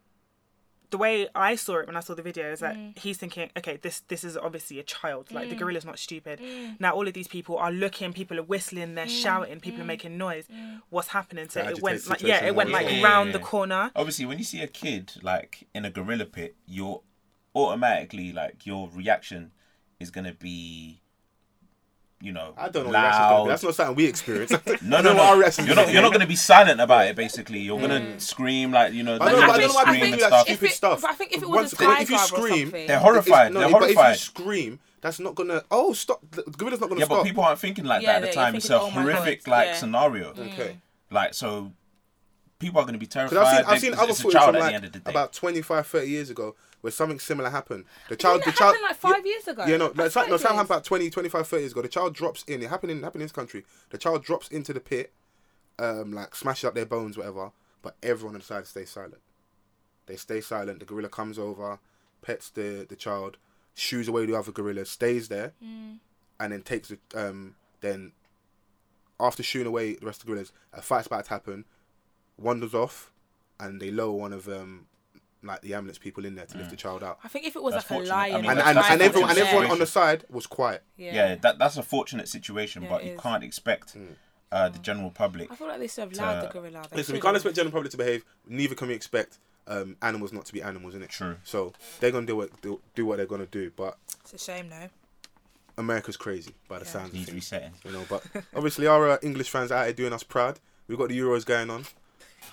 the way I saw it when I saw the video is that Mm. he's thinking, okay, this this is obviously a child. Like the gorilla's not stupid. Mm. Now all of these people are looking. People are whistling. They're shouting. People Mm. are making noise. What's happening? So To it agitate went the like yeah, situation it went more. like Yeah, yeah, round yeah. the corner. Obviously, when you see a kid like in a gorilla pit, you're automatically like your reaction is gonna be, you know, I don't know. What your reaction's gonna loud. be. That's not something we experience. *laughs* I No, no, don't know what our no. reaction's You're not. gonna You're be. not going to be silent about it. Basically, you're going to scream like you know. I know, the but I don't know why scream people and do that stuff. stupid If it- stuff. but I think if it was Once- a if you tiger or scream, something- They're it's- horrified. No, They're but if you horrified. scream, that's not gonna. Oh, stop! The gorilla's not gonna Yeah, stop. but people aren't thinking like Yeah, that at they're the time. It's thinking, a "Oh my God," horrific like yeah. scenario. Okay. Like so, people are going to be terrified. Because I've seen, I've They- seen it's- other it's a footage child from at the like end of the day. about 25, 30 years ago where something similar happened. The child, it the child, happened, like, five years ago? Yeah, no, I like, some- swear no, something it is. happened about 20, 25, 30 years ago. The child drops in. It happened in, happened in this country. The child drops into the pit, um, like smashes up their bones, whatever. But everyone decides to stay silent. They stay silent. The gorilla comes over, pets the the child, shoos away the other gorilla, stays there, Hmm. and then takes the um then after shooing away the rest of the gorillas, a fight's about to happen, wanders off, and they lower one of um like the ambulance people in there to Hmm. lift the child out. I think if it was That's like a fortunate. lion, I mean, or And a and, that's and tiger or everyone and unfortunate everyone something, on the side was quiet. yeah. yeah, that that's a fortunate situation, Yeah, but it you is. can't Hmm. expect uh, the general public. I feel like they should have allowed the gorilla. They Listen, we should've. can't expect general public to behave. Neither can we expect um, animals not to be animals, innit? True. So they're gonna do what do, do what they're gonna do. But It's a shame, though. America's crazy by the sounds of Needs things. resetting. you know. But obviously, our uh, English fans are out here doing us proud. We've got the Euros going on.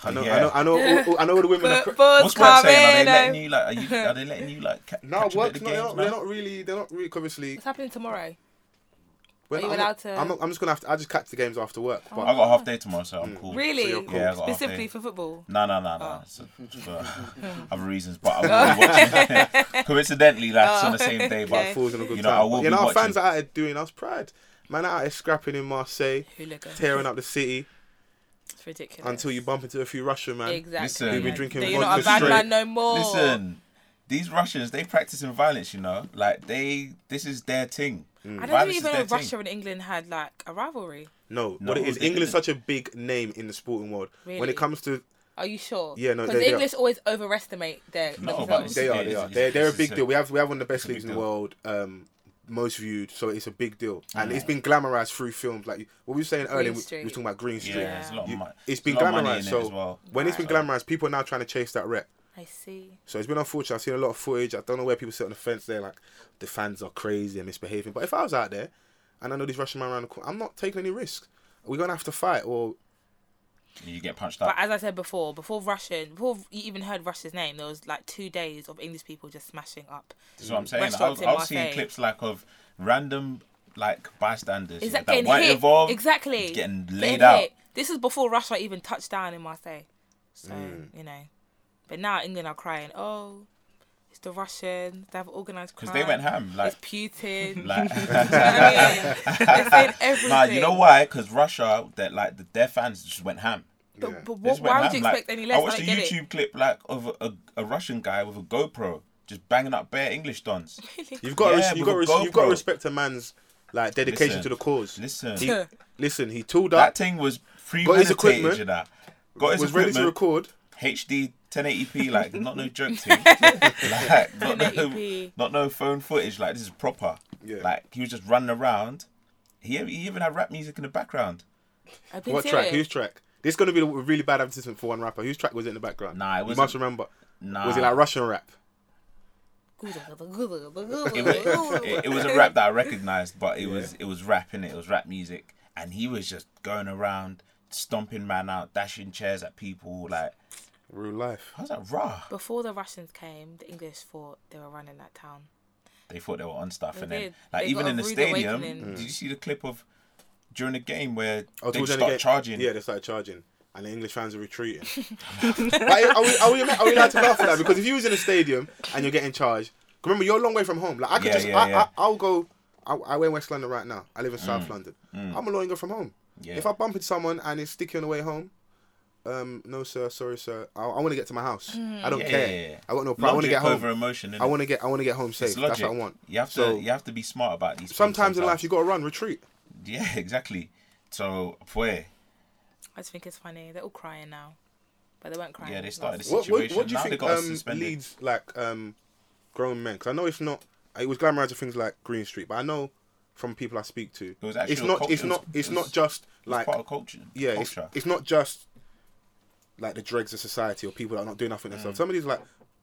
I know, Yeah. I know, I know, all, all- I know all the women. Are cr- Football's What's work saying? Are they letting coming. you like? Are, you, *laughs* are they letting you like? Ca- no, catch a work. bit of No, the they're, not, games now? they're not really. They're not really. 'cause Obviously, What's happening tomorrow? when you I'm, allowed not- to- Oh, I'm, not, I'm just gonna have to. I just catch the games after work. But I got a half day tomorrow, so Hmm. I'm cool. Really? Oh. you're cool. Yeah, I got half Specifically day. for football. No, no, no, no. It's it's *laughs* for other reasons, but I will be watching. *laughs* Coincidentally, that's on the same day, but Oh, Okay. football's in a good You know, time. I will you be know, our fans watching. are out here doing us proud. Man, out here scrapping in Marseille, Hooligan. tearing up the city It's ridiculous. until you bump into a few Russian man. Exactly. Listen. We've been drinking That You're not vodka a bad straight. man no more. listen, these Russians they practice in violence. You know, like they this is their thing. Hmm. I don't Violence even is know their if Russia thing. and England had like a rivalry. No, No, what it is, they England's didn't. such a big name in the sporting world. When Really? it comes to, Are you sure? Yeah, no, Because they- the they English always overestimate their No, but themselves. they Yeah, are, it they is- are, it they're, is- they're a it's big a- deal. We have we have one of the best a big leagues in the deal. world, um, most viewed, so it's a big deal, and it's been glamorized through films. Like what we were saying earlier, we, we Street. were talking about Green Street. Yeah, it's a lot of You- money. it's been glamorized. So when it's been glamorized, people are now trying to chase that rep. I see. So it's been unfortunate. I've seen a lot of footage. I don't know where people sit on the fence. They're like, the fans are crazy and misbehaving. But if I was out there, and I know these Russian man around the corner, I'm not taking any risk. We're gonna have to fight, or you get punched But up. as I said before, before Russian, before you even heard Russia's name, there was like two days of English people just smashing up. That's what I'm saying. I restaurants was, in I was seeing Marseille. clips like of random like bystanders Is yeah, that that getting weren't hit? involved. exactly. getting Getting laid out. hit. This is before Russia even touched down in Marseille. So, Mm. you know. But now England are crying, oh, it's the Russians, they have organised crime. Because they went ham. Like, It's *laughs* Putin. *laughs* like I mean, they're saying *laughs* everything. nah, you know why? Because Russia, that like the, their fans just went ham. But, Yeah. but They what, just went why would ham, you like, expect any less? I watched a don't get YouTube clip like of a, a, a Russian guy with a GoPro just banging up bare English *laughs* dons. It. you've got to Yeah, res- you've with got to a res- you've got to GoPro. respect a man's like dedication Listen, to the cause. Listen, He- listen, he tooled that up, thing was Got his premeditated. equipment, You know, got his was ready equipment. to record. HD 1080p, like not *laughs* no joke thing, like not no, 1080p. not no phone footage. Like this is proper. Yeah. Like he was just running around. He, he even had rap music in the background. I've been What track? serious. Whose track? This is gonna be a really bad advertisement for one rapper. Whose track was it in the background? Nah, it you wasn't- must remember. Nah, Was it like Russian rap? it, it was a rap that I recognized, but it was it was rap in it. It was rap music, and he was just going around stomping man out, dashing chairs at people. Like Real life. I was like, rah. Before the Russians came, the English thought they were running that town. They thought they were on stuff, and then did. like They even got a in the rude stadium, awakening. did you see the clip of during the game where they Oh, towards just the end of the game- start charging? Yeah, they started charging, and the English fans are retreating. but are we, are, we, are we allowed to laugh at that? Because if you was in a stadium and you're getting charged, 'cause remember you're a long way from home. Like I could Yeah, just, yeah, I, yeah. Mm. I, I'll go. I, I wear West London right now. I live in South London. I'm a long way from home. Yeah. If I bump into someone and it's sticky on the way home. Um, no sir, sorry sir. I, I want to get to my house. I don't Mm. Yeah, care. yeah, yeah. I got no problem. I want to Logic get home. over emotion. innit? I want to get I want to get home safe. It's logic. That's what I want. You have to So, you have to be smart about these. things sometimes in life you got to run, retreat. yeah, *laughs* exactly. So where? I just think it's funny. They're all crying now, but they weren't crying. Yeah, they started last- What, this- what, Situation. what do you Now they think got us um, suspended. leads like um, grown men? Because I know it's not. It was glamorized to things like Green Street, but I know from people I speak to, was actually it's a not. cult- It's it was- not. It's it not was- just It's like part of culture. yeah. It's, culture. it's not just like the dregs of society or people that are not doing nothing themselves. Some of these are, like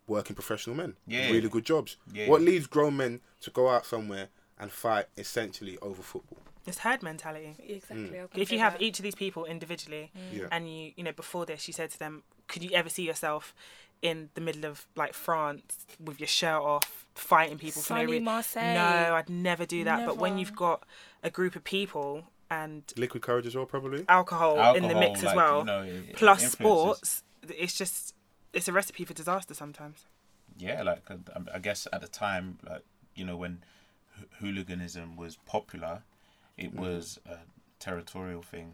working professional men, Mm. Yeah. really good jobs. Yeah. What leads grown men to go out somewhere and fight essentially over football? It's herd mentality. Mm. Exactly. I was gonna If say you have that. each of these people individually, Mm. Yeah. and you, you know, before this, you said to them, "Could you ever see yourself in the middle of like France with your shirt off, fighting people for no Sunny reason?" Marseille. No, I'd never do that. But when Never. you've got a group of people and Liquid courage as well, probably. alcohol, in the Alcohol, mix as like, well, you know, it- it plus influences. sports, it's just it's a recipe for disaster sometimes. yeah, like um, I- I guess at the time, like you know when h- hooliganism was popular, it Mm. was a territorial thing.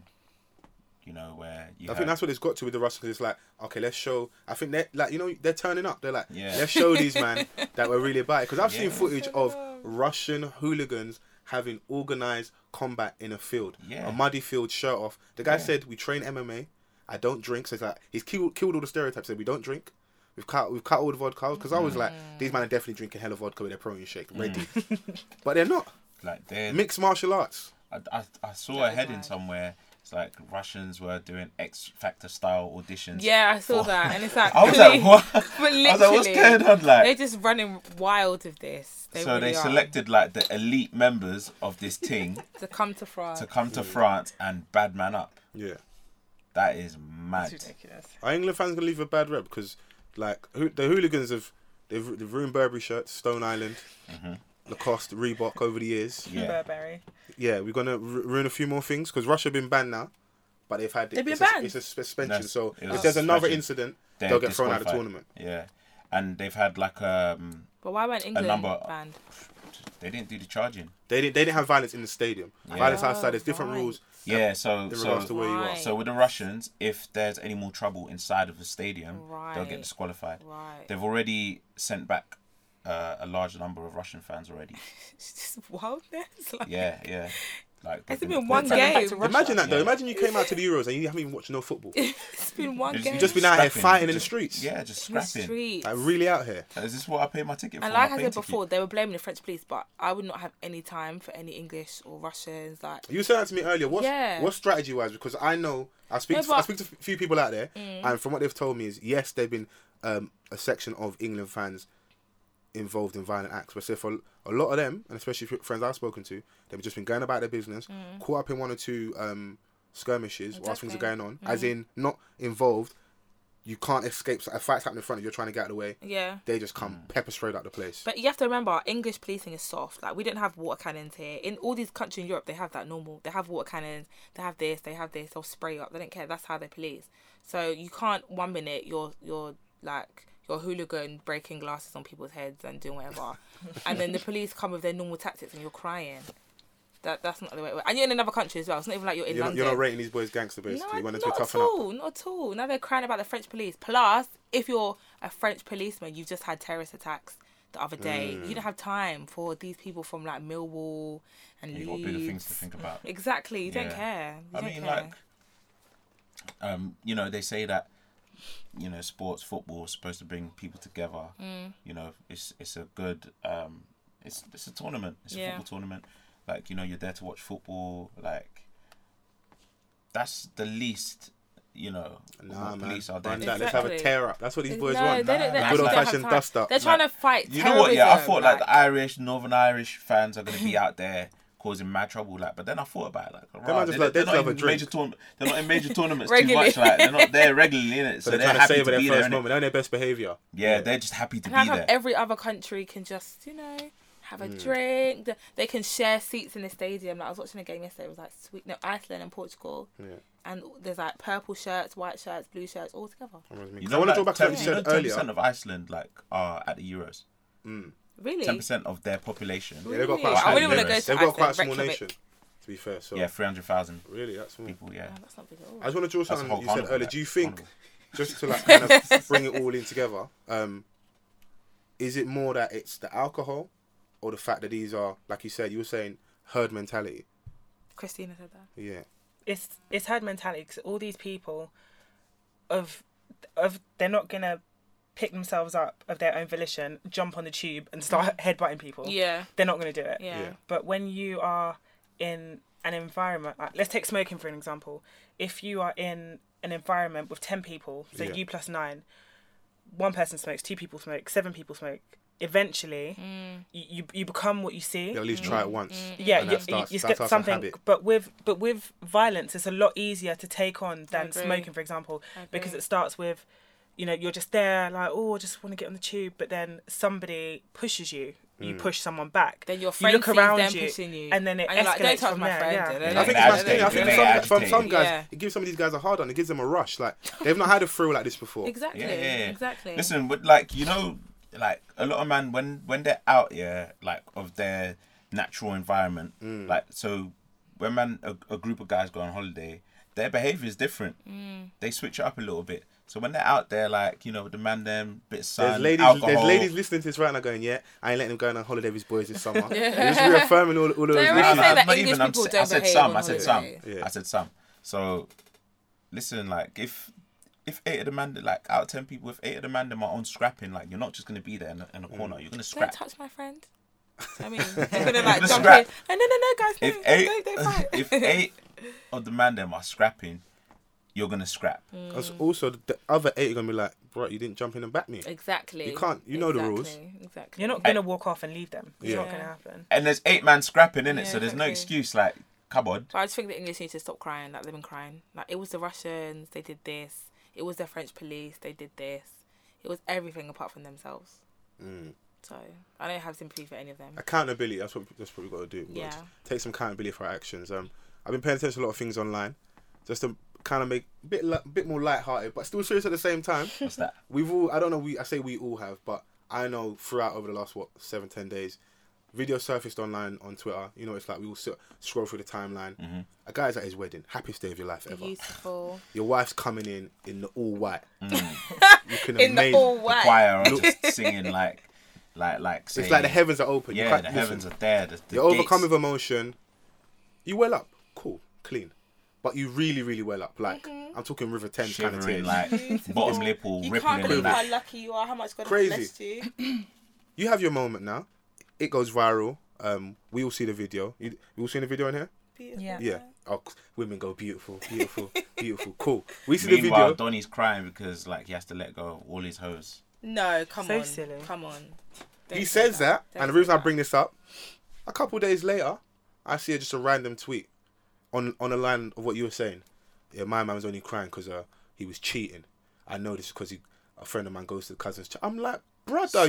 You know where you I had, think that's what it's got to with the Russians. It's like, okay, let's show. I think they're like, you know, they're turning up. They're like, Yeah. let's show these *laughs* man that we're really about it. Because I've seen Yeah. footage of Russian hooligans having organized combat in a field, Yeah. a muddy field, shirt off. The guy Yeah. said, "We train MMA. I don't drink." So it's like he's killed, killed all the stereotypes. Said we don't drink. We've cut, we've cut all the vodka because I was like, these men are definitely drinking hella vodka with their protein shake ready, Mm. *laughs* but they're not. like there. Mixed martial arts. I, I, I saw a is heading mad. somewhere. It's like Russians were doing X Factor style auditions. Yeah, I saw that, and it's *laughs* like I was like, what? *laughs* But literally, I was like, what's going on? Like, they're just running wild with this. They so really they are. selected like the elite *laughs* members of this team to come to France. to come to France and bad man up. Yeah. That is mad. It's ridiculous. Are England fans gonna leave a bad rep because, like, who, the hooligans have they've, they've ruined Burberry shirts, Stone Island, Lacoste, Reebok over the years. Mm-hmm. Yeah. Burberry. Yeah, we're gonna ru- ruin a few more things because Russia been banned now, but they've had They've been it's, banned? A, it's a suspension. No, so it was if there's another suspension. incident, They're they'll get thrown out of the disqualified. tournament. Yeah. And they've had like um But why weren't England number- banned? they didn't do the charging. They didn't. They didn't have violence in the stadium. Violence outside. There's different right. rules Yeah, so in so regards to where you are. Oh, Right. so with the Russians, if there's any more trouble inside of the stadium, they'll Right. get disqualified. Right. They've already sent back uh, a large number of Russian fans already. It's just wildness. *laughs* Like, Yeah, yeah. Like they've It's been they've one done- them back game. to Russia. Imagine that though. Yeah. Imagine you came out to the Euros and you haven't even watched no *laughs* football. Like It's been one It's game. just been out here scrapping, fighting in the just- streets. Yeah, just in the scrapping. street. really out here. Is this what I pay my ticket for? And like My I plane said ticket? before, they were blaming the French police, but I would not have any time for any English or Russians. Like, You said that to me earlier. What's Yeah. what's strategy wise? Because I know I speak No, to, but- Mm. I speak to a few people out there, and from what they've told me is yes, they've been um, a section of England fans involved in violent acts. But so for a lot of them, and especially fr- friends I've spoken to, they've just been going about their business, caught up in one or two um, skirmishes whilst things are Mm. Exactly. Mm. going on. As in, not involved. You can't escape. A fight's happening in front of you. You're trying to get out of the way. yeah. They just come pepper straight out the place. But you have to remember, English policing is soft. Like we don't have water cannons here. In all these countries in Europe, they have that normal. They have water cannons. They have this. They have this. They'll spray up. They don't care. That's how they police. So you can't one minute you're you're like you're a hooligan breaking glasses on people's heads and *laughs* doing whatever, and then the police come with their normal tactics and you're crying. That that's not the way. it works. And you're in another country as well. It's not even like you're in you're not, London. you're not rating these boys gangster basically. No, you want them to not at toughen up. all. Not at all. Now they're crying about the French police. Plus, if you're a French policeman, you've just had terrorist attacks the other day. Hmm. You don't have time for these people from like Millwall and You've Leeds. got bigger things to think about. Exactly. You don't Yeah. care. You I don't mean, care. like, um, you know, they say that, you know, sports, football is supposed to bring people together. You know, it's it's a good, um, it's it's a tournament. It's Yeah. a football tournament. Like, you know, you're there to watch football. Like, that's the least, you know, Nah, what man. police are Ban there. that. Let's have a Exactly. tear up. That's what these boys no, want. they don't, they Nah, actually Good don't have old-fashioned time. dust-up. They're trying Like, to fight You know terrorism. what? Yeah, I thought like the Irish, Northern Irish fans are going to be out there causing mad trouble. Like, but then I thought about it, like, rah, might they just like- they they're, not just have a in major drink. tourna- they're not in major *laughs* tournaments too Regularly. much. Like, they're not there regularly in it, So so, they're, they're, trying to happy savour to their be first there. innit? moment. They're on their best behaviour. Yeah, they're just happy to And how be come there. Mm. every other country can just, you know, have a drink? They- They can share seats in the stadium. Like I was watching a game yesterday. It was like sweet. No, Iceland and Portugal. Yeah. And there's like purple shirts, white shirts, blue shirts, all together. Mm. You I want to like, go back to what 10 you you said know, 10% earlier. of Iceland like are at the Euros. Really? Ten percent of their population. Yeah, they've got quite Really? a I small, really want to Euros. go to they've got quite a Iceland, small Reykjavik. nation, to be fair. So Yeah, three hundred thousand really, that's small. people. Yeah, Oh, that's not big at all. I just want to draw That's a something whole you said carnival, earlier. like, Do you think, carnival. just *laughs* to like kind of bring it all in together, um, is it more that it's the alcohol or the fact that these are, like you said, you were saying herd mentality? Christina said that. Yeah. It's it's herd mentality 'cause all these people, of, of they're not gonna pick themselves up of their own volition, jump on the tube and start *laughs* headbutting people. Yeah. They're not gonna do it. Yeah. Yeah. But when you are in an environment, like, let's take smoking for an example. If you are in an environment with 10 people, so Yeah. you plus nine, one person smokes, two people smoke, seven people smoke, Hmm. eventually Mm, you, you, you become what you see. They'll at least try it once. Yeah, And you, that starts- you, you that get starts a something, habit. but with but with violence, it's a lot easier to take on than agree. Mm. smoking, for example, because agree. it starts with, you know, you're just there like, oh, I just want to get on the tube, but then somebody pushes you, you Mm. push someone back, Then your you friend look sees around them you, pushing you, and then it and you're escalates like, "Don't touch from my there, friend," yeah. and I then Like think it's my agitated. thing. I think They some, get from some agitated. guys, Yeah. it gives some of these guys a hard on. It gives them a rush. Like they've not had a thrill like this before. Exactly. yeah, yeah, yeah. Exactly. Listen, but like you know, like a lot of man when when they're out, yeah, like of their natural environment, Mm. like so when man a, a group of guys go on holiday, their behavior is different. Mm. They switch it up a little bit. So when they're out there, like you know, the man them bit of sun, There's ladies, alcohol. there's ladies listening to this right now going, yeah, I ain't letting them go on holiday with his boys this *laughs* summer. They're Just reaffirming all, all of those They're Nah, issues. already They say nah, that not English even, I'm people sa- don't I said behave some. on I said holiday. some. Yeah. I said some. So, listen, like if if eight of the man, like out of ten people, if eight of the man them are on scrapping, like you're not just gonna be there in the, in the corner. You're gonna Don't scrap. touch my friend. *laughs* I mean, you're gonna like Just jump scrap. in. Oh, no, no, no, guys, no, if eight, don't, don't fight. *laughs* *laughs* if eight of the man them are scrapping, you're gonna scrap. As- Also, the other eight are going to be like, bro, you didn't jump in and back me. exactly. You can't- you know the rules. Exactly, Exactly. You're not gonna walk off and leave them. It's Yeah. not gonna happen. And there's eight man scrapping in it, Yeah, so there's no exactly. excuse. Like cupboard. So I just think the English need to stop crying. Like they've been crying. Like it was the Russians, they did this. It was the French police, they did this. It was everything apart from themselves. Mm. So I don't have sympathy for any of them. Accountability. That's what that's what we've got to do. We've got to Yeah. Take some accountability for our actions. Um, I've been paying attention to a lot of things online, just to kind of make a bit li- bit more lighthearted, but still serious at the same *laughs* time. What's that? We've all. I don't know. We I say we all have, but I know throughout over the last what seven ten days, video surfaced online on Twitter. You know, it's like we all sit, scroll through the timeline. Mm-hmm. A guy's at his wedding. Happiest day of your life ever. Beautiful. Your wife's coming in in the all white. Mm. *laughs* Looking In the amazing. all white. *laughs* Choir are just singing like, like, like. Saying, It's like the heavens are open. You Yeah, can't- the listen, heavens are there. The, the You're overcome gates- with emotion. You well up, cool, clean, but you really, really well up. Like Mm-hmm. I'm talking River Thames kind of shivering, tears. like bottom lip all *laughs* You rippling can't and believe how that. lucky you are, how much God Crazy. has blessed you. you have your moment now. It goes viral. Um, we all see the video. You, you all seen the video in here? Beautiful. Yeah. Yeah. Oh, c- women go beautiful, beautiful, beautiful. Cool. We see Meanwhile, the video. Donny's crying because like he has to let go of all his hoes. No, come So on. silly. Come on. Don't He say says that, Don't and the say reason I that. bring this up, a couple days later, I see just a random tweet on on the line of what you were saying. Yeah, my man was only crying because uh, he was cheating. I know this because he a friend of mine goes to the cousin's. Ch- I'm like, brother,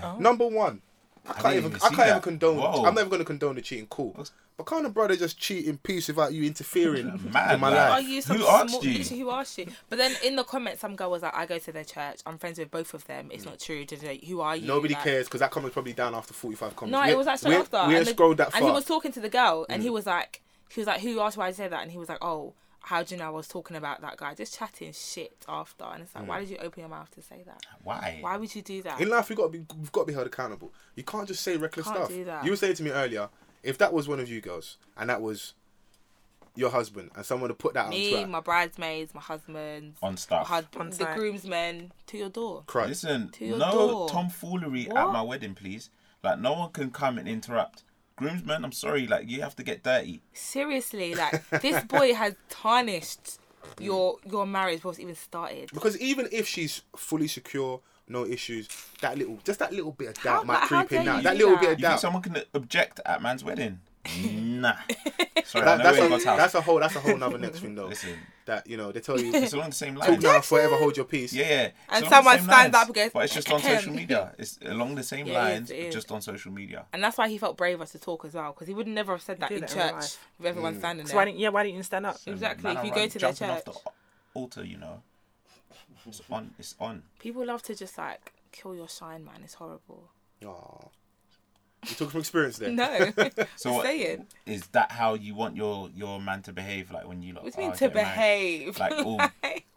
yo, Oh. number one. I can't didn't even, even I see can't even that. condone. Whoa. I'm never gonna condone the cheating. Cool, but can't a brother just cheat in peace without you *laughs* interfering Mad, in my life? man. Are you some Who asked small, you? literally, *laughs* Who asked you? But then in the comments, some girl was like, "I go to their church. I'm friends with both of them. It's not true. Did they- Who are you?" Mm. Nobody Like- cares because that comment's probably down after 45 comments. No, We- it was actually we- after. We and ain't the- scrolled that far. Mm. And he was talking to the girl, and he was like, he was like, "Who asked why I said that?" And he was like, "Oh, how do you know I was talking about that guy? Just chatting shit after." And it's like, Mm. why did you open your mouth to say that? Why? Why would you do that? In life, we got to be, we've got to be held accountable. You can't just say reckless Can't stuff. do that. You were saying to me earlier, if that was one of you girls and that was your husband, and someone to put that on Me, Twitter, my bridesmaids, my husband, on my stuff? husband, the site. groomsmen to your door. Christ. Listen, To your no door. tomfoolery at What? my wedding, please. Like no one can come and interrupt. Groomsmen, I'm sorry, like you have to get dirty. *laughs* Seriously, like this boy has tarnished your your marriage before it's even started. because even if she's fully secure, no issues, that little, just that little bit of doubt How- might like, how creep in dare now. you That do little that? bit of You think doubt. someone can object at man's wedding? *laughs* nah. Sorry, That- I that's, know where a, you got out. that's a whole, that's a whole nother next thing though. Listen. That you know, they tell *laughs* you It's along the same talk lines. now, forever hold your peace. Yeah, yeah. It's And along someone the same stands lines, up and goes, But it's just on social "Ahem." *laughs* media. It's along the same Yeah, it is, lines, it but is. just on social media. And that's why he felt braver to talk as well, because he would never have said that did in that in real church life. with Mm. everyone standing So why there. didn't yeah? Why didn't you stand up? exactly. Man If you around go to their jumping church, off the altar, you know. It's on. It's on. people love to just like kill your shine, man. It's horrible. Aw. You talking from experience there. *laughs* No, So Just what- saying. Is that how you want your your man to behave? Like when you like. What do you oh, mean to get married? behave? Like *laughs* all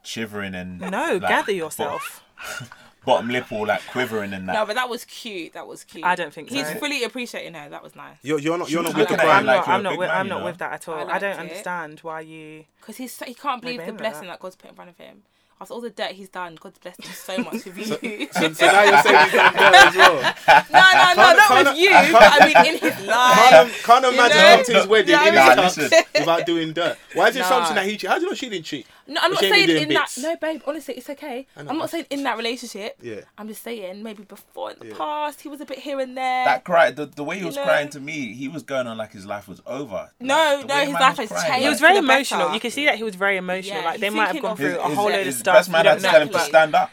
shivering and. No, like, gather yourself. bot- Bottom lip all like quivering and that. no, but that was cute. That was cute. I don't think he's so. fully appreciating her. That was nice. You're, you're not, you're not She with was the looking at prime. I'm him like not. you're a I'm not. big With, man, I'm you not know? with that at all. I I, don't liked it. understand why you. Because he's so, he can't believe the behaving like blessing that. that God's put in front of him. After all the dirt he's done, God's blessed him so much with *laughs* you. So, so now you're saying he's not there as well. no, no, no, Can't- not can't- with you. But I mean, in his life. Can't, can't imagine know? going to his wedding Yeah, in I his mean- cups Listen. *laughs* without doing dirt. Why is it Nah. something that he cheated? How do you know she didn't cheat? No, I'm But not she ain't been saying in doing bits. that. No, babe. Honestly, it's okay. know. I'm not saying in that relationship. Yeah. I'm just saying maybe before in the Yeah. past he was a bit here and there. That cry, the, the way he was know? crying to me, he was going on like his life was over. No, Like, the no, way his man was life has crying, changed. like, He was very the better. emotional. You could see that he was very emotional. Yeah, like they he's might have thinking gone of through a his- whole his- load of his stuff. best You man don't had to tell know. him to Exactly. stand up.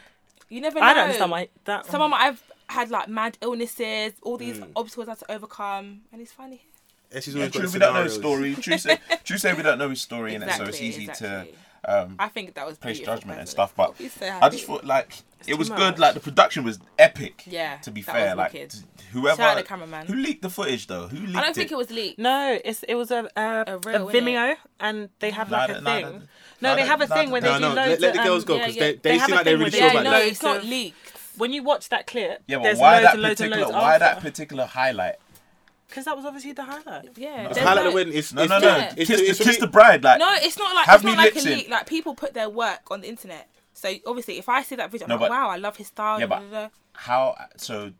You never know. I don't understand why that. Someone might have had like mad illnesses, all these Mm. obstacles I had to overcome, and he's finally here. And she's Yeah, always true, got we don't know scenarios. his story. True say, true say we don't know his story, and so it's Exactly, easy exactly. to um, I think that was place beautiful judgment and presence. stuff. But He's so I just happy. thought like it was too good. much. Like the production was epic. Yeah, To be that fair, was like wicked. t- whoever Shout out the cameraman. who leaked the footage though, who leaked I don't think it was leaked. No, it's it was a a, A a, reel, innit? Vimeo, and they have like Nah, a nah, thing. nah, no, nah, they nah, have a nah, thing nah, where nah. they No, do no, loads let, let of, the girls go um, yeah, because yeah. they, they, They seem have a like they thing really with it. sure Yeah, about no, that. it's not leaked. When you watch that clip, Yeah, but there's why loads that and loads and particular? loads. Why that after. particular highlight? Because that was obviously the highlight. Yeah. It's there's highlight the no- wedding. It's, No, it's, no, no. It's, Kiss, it's, the- kiss really- the bride. Like No, it's not like Have it's me not like a lip leak. sync. Like people put their work on the internet. So obviously, if I see that video, I'm No, like, but- wow, I love his style. Yeah, da, but- da, da. how? So,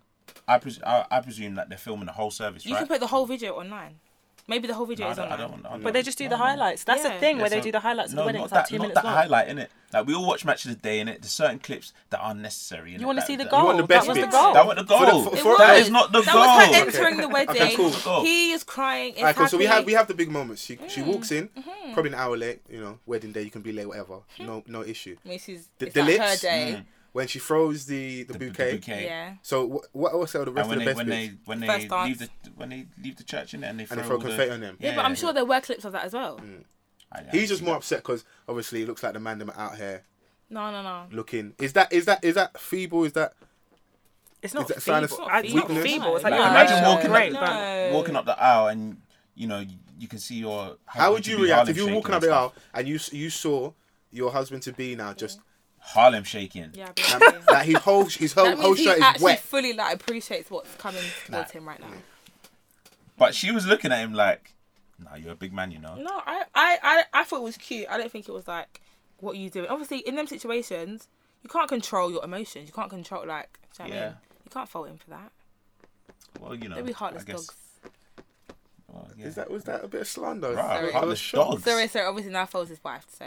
I, pres- I, I presume that they're filming the whole service, You right? can put the whole video online. Maybe the whole video No, I is don't, online. I don't, want- I don't But they just do no, the no. highlights. That's Yeah. the thing Yeah, where they so- do the highlights at the No, wedding. not It's like that, two not minutes that long. highlight in it. Like we all watch match of the day in it. There's certain clips that are unnecessary. Innit? You want to That- see the that- goal? want the that best was the bits. goal. That was the goal. for- It for- that was. is not the that goal. was her entering the Okay. wedding. Okay, cool. He is crying. It's Alright, cool. So we have happy. we have the big moments. She she walks in, Mm-hmm. probably an hour late. You know, wedding day. You can be late, whatever. No no issue. Mrs. The, Mm-hmm. it's the like lips her Mm. day. when she throws the the, The- the bouquet. bouquet. Yeah. So what what else are the rest of And when they the best when bits? they when they First leave the dance. when they leave the church in it and they And they throw, throw all the- confetti on them. Yeah, but I'm sure there were clips of that as well. I- I He's just see more that. upset because obviously it looks like the man them out here No, no, no. looking. Is that is that is that feeble? Is that It's not Is that feeble. a sign of I- it's not weakness? feeble. It's like, Like, your imagine imagine walking great, up- but walking up the aisle and you know you, you can see your. how would you husband-to-be react Harlem if you were shaking walking and up the stuff. aisle and you s- you saw your husband to be now *laughs* just Harlem shaking. *laughs* Yeah, um, but- like his whole his whole, that whole means he shirt is actually wet. fully like appreciates what's coming towards him right now. But she was looking at him like, "Nah, you're a big man, you know." No, I, I, I, I thought it was cute. I don't think it was like what you doing. Obviously, in them situations, you can't control your emotions. You can't control like. Do you know what I mean? Yeah. You can't fault him for that. Well, you know. They'll be heartless I guess- dogs. Well, yeah. Is that was that a bit of slander? Right, I was heartless shocked. dogs. Sorry, sorry. Obviously, now folds his wife, so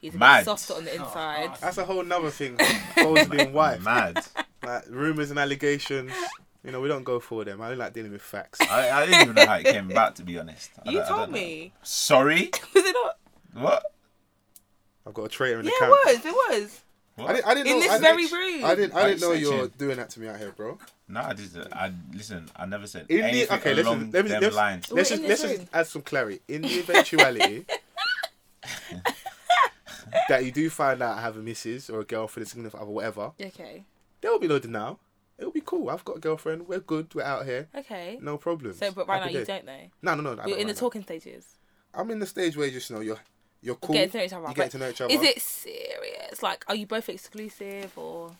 he's a bit Mad. softer on the Oh, inside. That's a whole nother *laughs* thing. Foles being wife. *laughs* Mad. Like rumors and allegations. You know, we don't go for them. I don't like dealing with facts. I, I didn't even know how it came about, to be honest. I *laughs* you don't- I told don't know. me. Sorry? Was it not? What? I've got a traitor in Yeah, the it camp. was. It was. I didn't, I didn't In know, this I didn't- very room. I didn't. I didn't know Right you're section. doing that to me out here, bro. No, I didn't. I listen. I never said In anything the, okay, let's along just, let me, them let's, lines. let's, We're just, in let's this just room. add some clarity. In the eventuality *laughs* that you do find out I have a missus or a girlfriend, a significant other, whatever, Okay. there will be no denial. It'll be cool. I've got a girlfriend. We're good. We're out here. Okay. No problem. So, but right now you don't know. No, no, no. I You're don't in the right now. talking stages. I'm in the stage where you just know you're you're cool. Getting to know each other. You're but getting to know each other. Is it serious? Like, are you both exclusive or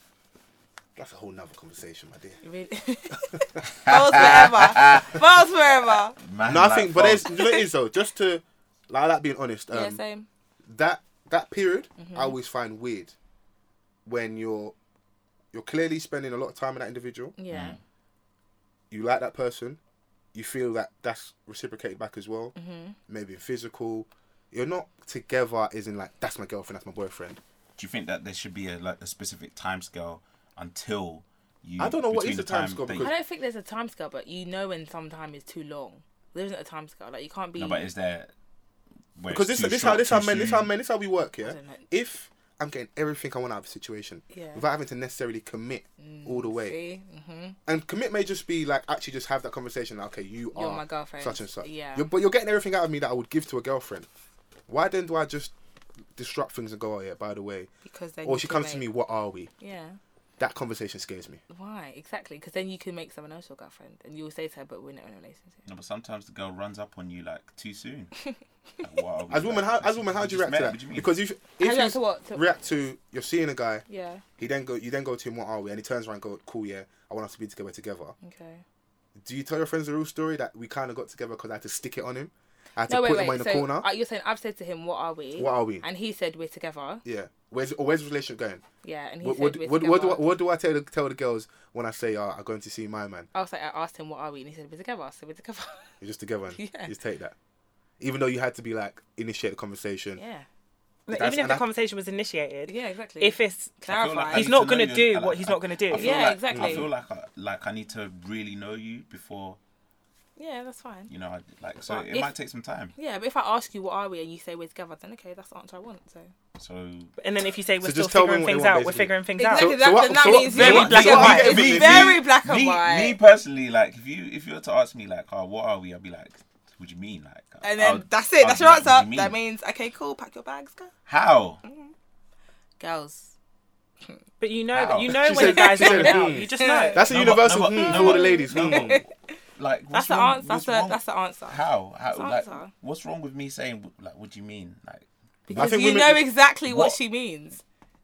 That's a whole nother conversation, *laughs* my dear. really? *laughs* Balls forever. Balls forever. Man, No, I think, like, but there's, fuck. you know, it is though. Just to like I like being honest. Um, yeah, same. that that period Mm-hmm. I always find weird when you're you're clearly spending a lot of time with that individual. Yeah. You like that person. You feel that that's reciprocated back as well. Mm-hmm. Maybe in physical. You're not together, as in like that's my girlfriend, that's my boyfriend. Do you think that there should be a like a specific time scale until you? I don't know what between is the time timescale that you- because- I don't think there's a time scale, but you know when some time is too long. There isn't a time scale. Like, you can't be. No, but is there? where Because it's this too this short, how this too how men this how soon? men this how we work, yeah. don't know. If I'm getting everything I want out of a situation, Yeah. Mm, without having to necessarily commit all the way, See? hmm and commit may just be like actually just have that conversation. Like, okay, you You're are my girlfriend. such and such. Yeah. You're, but you're getting everything out of me that I would give to a girlfriend. Why then do I just disrupt things and go, oh yeah, by the way, Because then. or you she can comes to make- me, what are we? Yeah. That conversation scares me. Why? Exactly. Because then you can make someone else your girlfriend and you'll say to her, but we're not in a relationship. No, but sometimes the girl runs up on you like too *laughs* soon. Like, what are we As women, like? how as women, how do you Just react to met, that? what do you mean? because if How do you if react to you what? To- react to you're seeing a guy, Yeah. he then go you then go to him, what are we? And he turns around, and go, cool, yeah, I want us to be together together. Okay. Do you tell your friends the real story that we kind of got together because I had to stick it on him? I had to No, put wait, him in wait. the So corner. uh, you're saying I've said to him, "What are we?" What are we? And he said, "We're together." yeah. Where's or where's the relationship going? Yeah, and he What, said, what, "We're what, together." what, do I, what do I tell the, tell the girls when I say uh, I'm going to see my man? I was like, I asked him, "What are we?" And he said, "We're together." So we're together. *laughs* You're just together and Yeah. just take that. Even though you had to be like initiate the conversation. yeah. Even That's- if and the I- conversation was initiated, Yeah. Exactly. if it's I feel like clarified, I He's need not to know gonna you, do and what I- he's not gonna do. I feel Yeah, like- exactly. I feel like I, like I need to really know you before yeah, that's fine. you know I, like so. But it if- might take some time. Yeah, but if I ask you, "What are we?" and you say, "We're together," then okay, that's the answer I want. So. So and then if you say we're So still just tell me figuring what they things want, out, we're basically. figuring things Exactly. out. So- so that, what- then that so what- means very you're black and together. white. It's Me- very black and me, white. Me personally, like if you if you were to ask me like, oh, what are we? I'd be like, what do you mean? Like, and I then would- that's I'd it. That's be your like, what do answer. you That mean? means okay, cool. Pack your bags, go. how? Girls. But you know, Ow. that you know She when the said- guys she are going said, out. "Hmm." You just know. That's a No, but- universal no, but- hmm no, for all but- the ladies. no, hmm. *laughs* but- Like That's what's the wrong- answer. That's what's the wrong- that's the answer. How? How? That's the Like, answer. what's wrong with me saying like, what do you mean? Like, Because think you women- know exactly what, What? she means.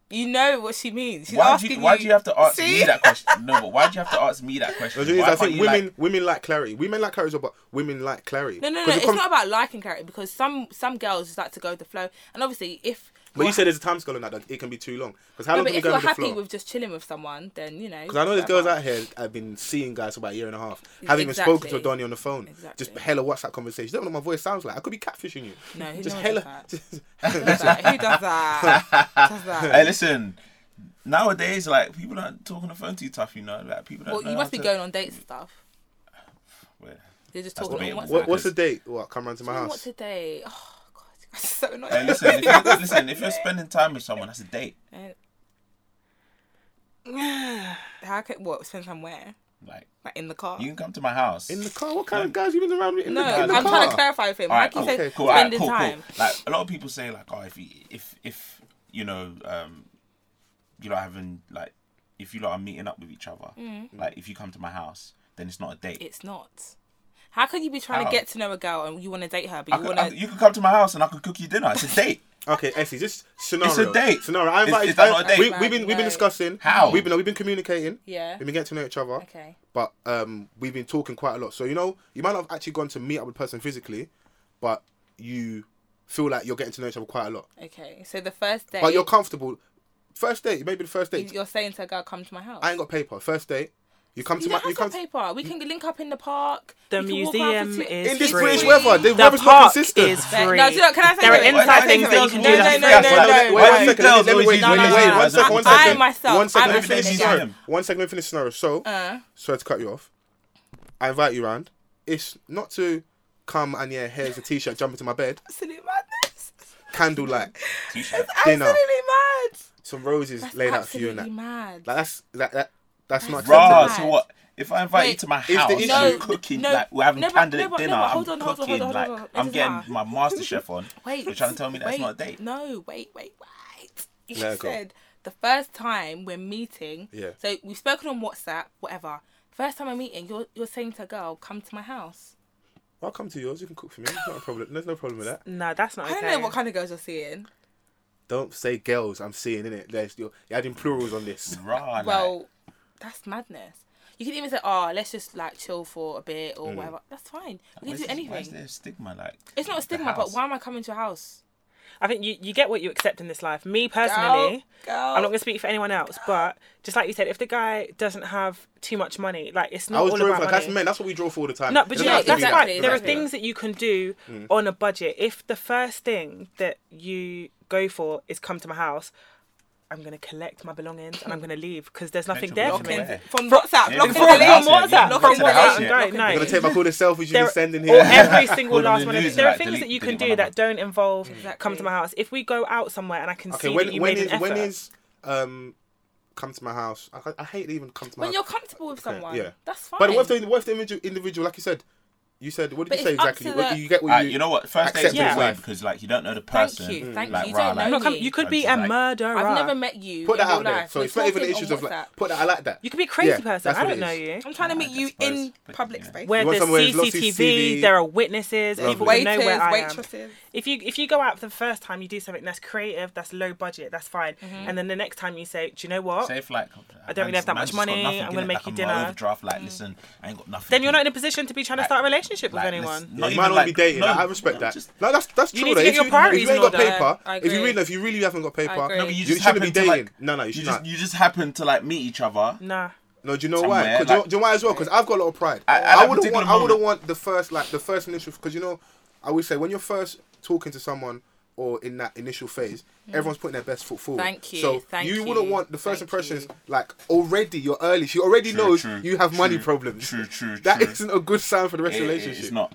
You know what she means. She's why do asking you, why do you have to ask See? me that question? No, but why do you have to ask me that question? The thing is, Why I can't think you, like- women women like clarity. Women like clarity, as well, but women like clarity. No, no, 'Cause no. it It's comes- not about liking character because some some girls just like to go with the flow, and obviously if But you said there's a time scale on that, that it can be too long. Because how No, long but can we if go you're with the happy flow? with just chilling with someone, then you know. Because I know there's whatever. girls out here that have been seeing guys for about a year and a half, haven't even spoken to Exactly. Donny on the phone. Just Exactly. hella WhatsApp conversation. You don't know what my voice sounds like. I could be catfishing you. No, who just knows hella. about just- Who does that? Who does that? does Hey, that? listen. Nowadays, like people don't talk on the phone too tough, you know. Like people don't. Well, know you how *laughs* must be to- going on dates and stuff. Wait. They're just That's talking. debatable. *laughs* on what, WhatsApp. what's the date? What? Come round to my Oh, What house. today? Oh God, *laughs* I'm so annoyed. Hey, listen. If you're, listen. If you're spending time with someone, that's a date. *sighs* How can what spend time where? Like Like in the car? you can come to my house. In the car? What kind of guys you been around with? In no, the, in I'm the car? trying to clarify with him. All Like right, you cool, said, cool, all right, spending cool, cool. time. Like a lot of people say, like, oh, if you, if if you know, um, you know, having like, if you lot are meeting up with each other, Mm. like, if you come to my house, then it's not a date. It's not. How can you be trying How? to get to know a girl and you want to date her, I but you could, want I could- to? you could come to my house and I could cook you dinner. It's a date. Okay, Essie, just scenario. date. Scenario. I Is- invited. is that not a I- date? We, have been we've been No. discussing. How? We've been we've been communicating. Yeah. We've been getting to know each other. Okay. But um, we've been talking quite a lot. So you know, you might not have actually gone to meet up with a person physically, but you feel like you're getting to know each other quite a lot. Okay, so the first date. But you're comfortable. First date, maybe the first you- date. you're saying to a girl, "Come to my house." I ain't got paper. First date. You come You to don't my. You have come. to paper. We can link up in the park. The we can walk around for museum two- is in this free. British weather, the, The weather's not park consistent. is No, free. do you know- can I say there are something? inside Why- things that you can do. No, That's no, no, free. no, no. Wait, wait, wait, Girls wait, wait, always wait, use women. wait, one second, one I second. myself, One second, I let me finish myself the am scenario. vegan. One second, let me finish the scenario. So, sorry to cut you off. I invite you round. It's not to come and yeah, here's a t-shirt, jump into my bed, Absolute madness. candlelight, T-shirt. dinner, Absolutely mad. some roses That's laid out for you, absolutely and that. mad. Like that's that, that that's not Raw. acceptable. Right. So what? If I invite you Wait, to my the house, issue- I'm No, cooking, no, like we're having no, but- candidate no, but- no, dinner. but hold I'm on, hold on, cooking, hold on, like hold on. It I'm doesn't getting matter. my master chef on. Wait. You're trying to tell me that's wait, not a date. No, wait, wait, wait. You Let her go. said the first time we're meeting. Yeah. So we've spoken on WhatsApp, whatever. First time I'm meeting, you're you're saying to a girl, come to my house. I'll come to yours. You can cook for me. It's not a problem. There's no problem with that. No, that's not I don't okay. know what kind of girls you're seeing. Don't say girls. I'm seeing in it. There's you're you're adding plurals on this. Raw. like- Well, that's madness. You can even say, oh, let's just like chill for a bit or whatever. That's fine. Why We can is do Mm. this- Why is anything. there a stigma like? It's not a the stigma, but house? why am I coming to your house? I think you, you get what you accept in this life. Me personally, Girl, I'm not going to speak for anyone else, but just like you said, if the guy doesn't have too much money, like it's I not was all drawing about for money. that's men. That's what we draw for all the time. No, but It you doesn't know have to that's be exactly, that. fine. It There are doesn't have to be things that you can do Mm. on a budget. If the first thing that you go for is come to my house, I'm gonna collect my belongings and I'm gonna leave because there's nothing your there for me. belongings. Yeah. Locking, from WhatsApp, Yeah, locking from the WhatsApp, link. From yeah, WhatsApp, you from can WhatsApp, collect I'm it. going. No, I'm gonna take my call to selfies you've there been sending Or here. *laughs* every single Call them last the one. of news, it. There are like, things delete- that you can delete do one that number. don't involve Exactly. come to my house. If we go out somewhere and I can Okay, see when that you when made is an when effort. is um come to my house? I, I hate even come to my When you're house. comfortable with Okay, someone, yeah. that's fine. But what if the what if the individual, individual like you said, you said what did But you say it's up exactly? to What- the- you get what Alright, you, you know what? First accepted date's yeah. as weird life. because like you don't know the Thank person. you, thank like, you. You rah, don't like, I'm know not coming- me. you could be Like, a murderer. I've never met you. Put in that out real there. life. So We're it's not even talking issues on of like WhatsApp. put that. I like that. You could be a crazy Yeah, person. that's I what don't it know is. you. I'm trying to meet you I in suppose, but, public yeah. space. Where You want there's somewhere with lots of CCTV, CCTV, there are witnesses, people will know Waiters, where I am. waitresses. If you if you go out for the first time, you do something that's creative, that's low budget, that's fine. Mm-hmm. And then the next time you say, do you know what? Say if like I don't really have that much money, I'm gonna make you dinner. Overdraft, like listen, I ain't got nothing. then you're not in a position to be trying to start a relationship with Like, anyone. listen, Yeah, you not even, might not like- be dating. no, like, I respect no, that. just- No, that's that's You true. need to though. get if, your you, priorities if you ain't in got order. paper, I if you agree. really if you really haven't got paper, agree. No, but you you, just shouldn't be happen to, dating. like- no, no, you You should just not. you just happen to like meet each other. Nah. No, do you know somewhere, why? 'Cause like- do, you, do you know why as well? Because I've got a lot of pride. I, At- at that wouldn't particular want. I wouldn't moment- want the first like the first initial because you know, I would say when you're first talking to someone or in that initial phase, everyone's putting their best foot forward. Mm. Thank you, So thank you wouldn't you, want the first thank impression is you. like already you're early. She already True, knows true, you have money true, problems. true, true, *laughs* That true. not a good sign for the rest It- of the it- relationship. it's not.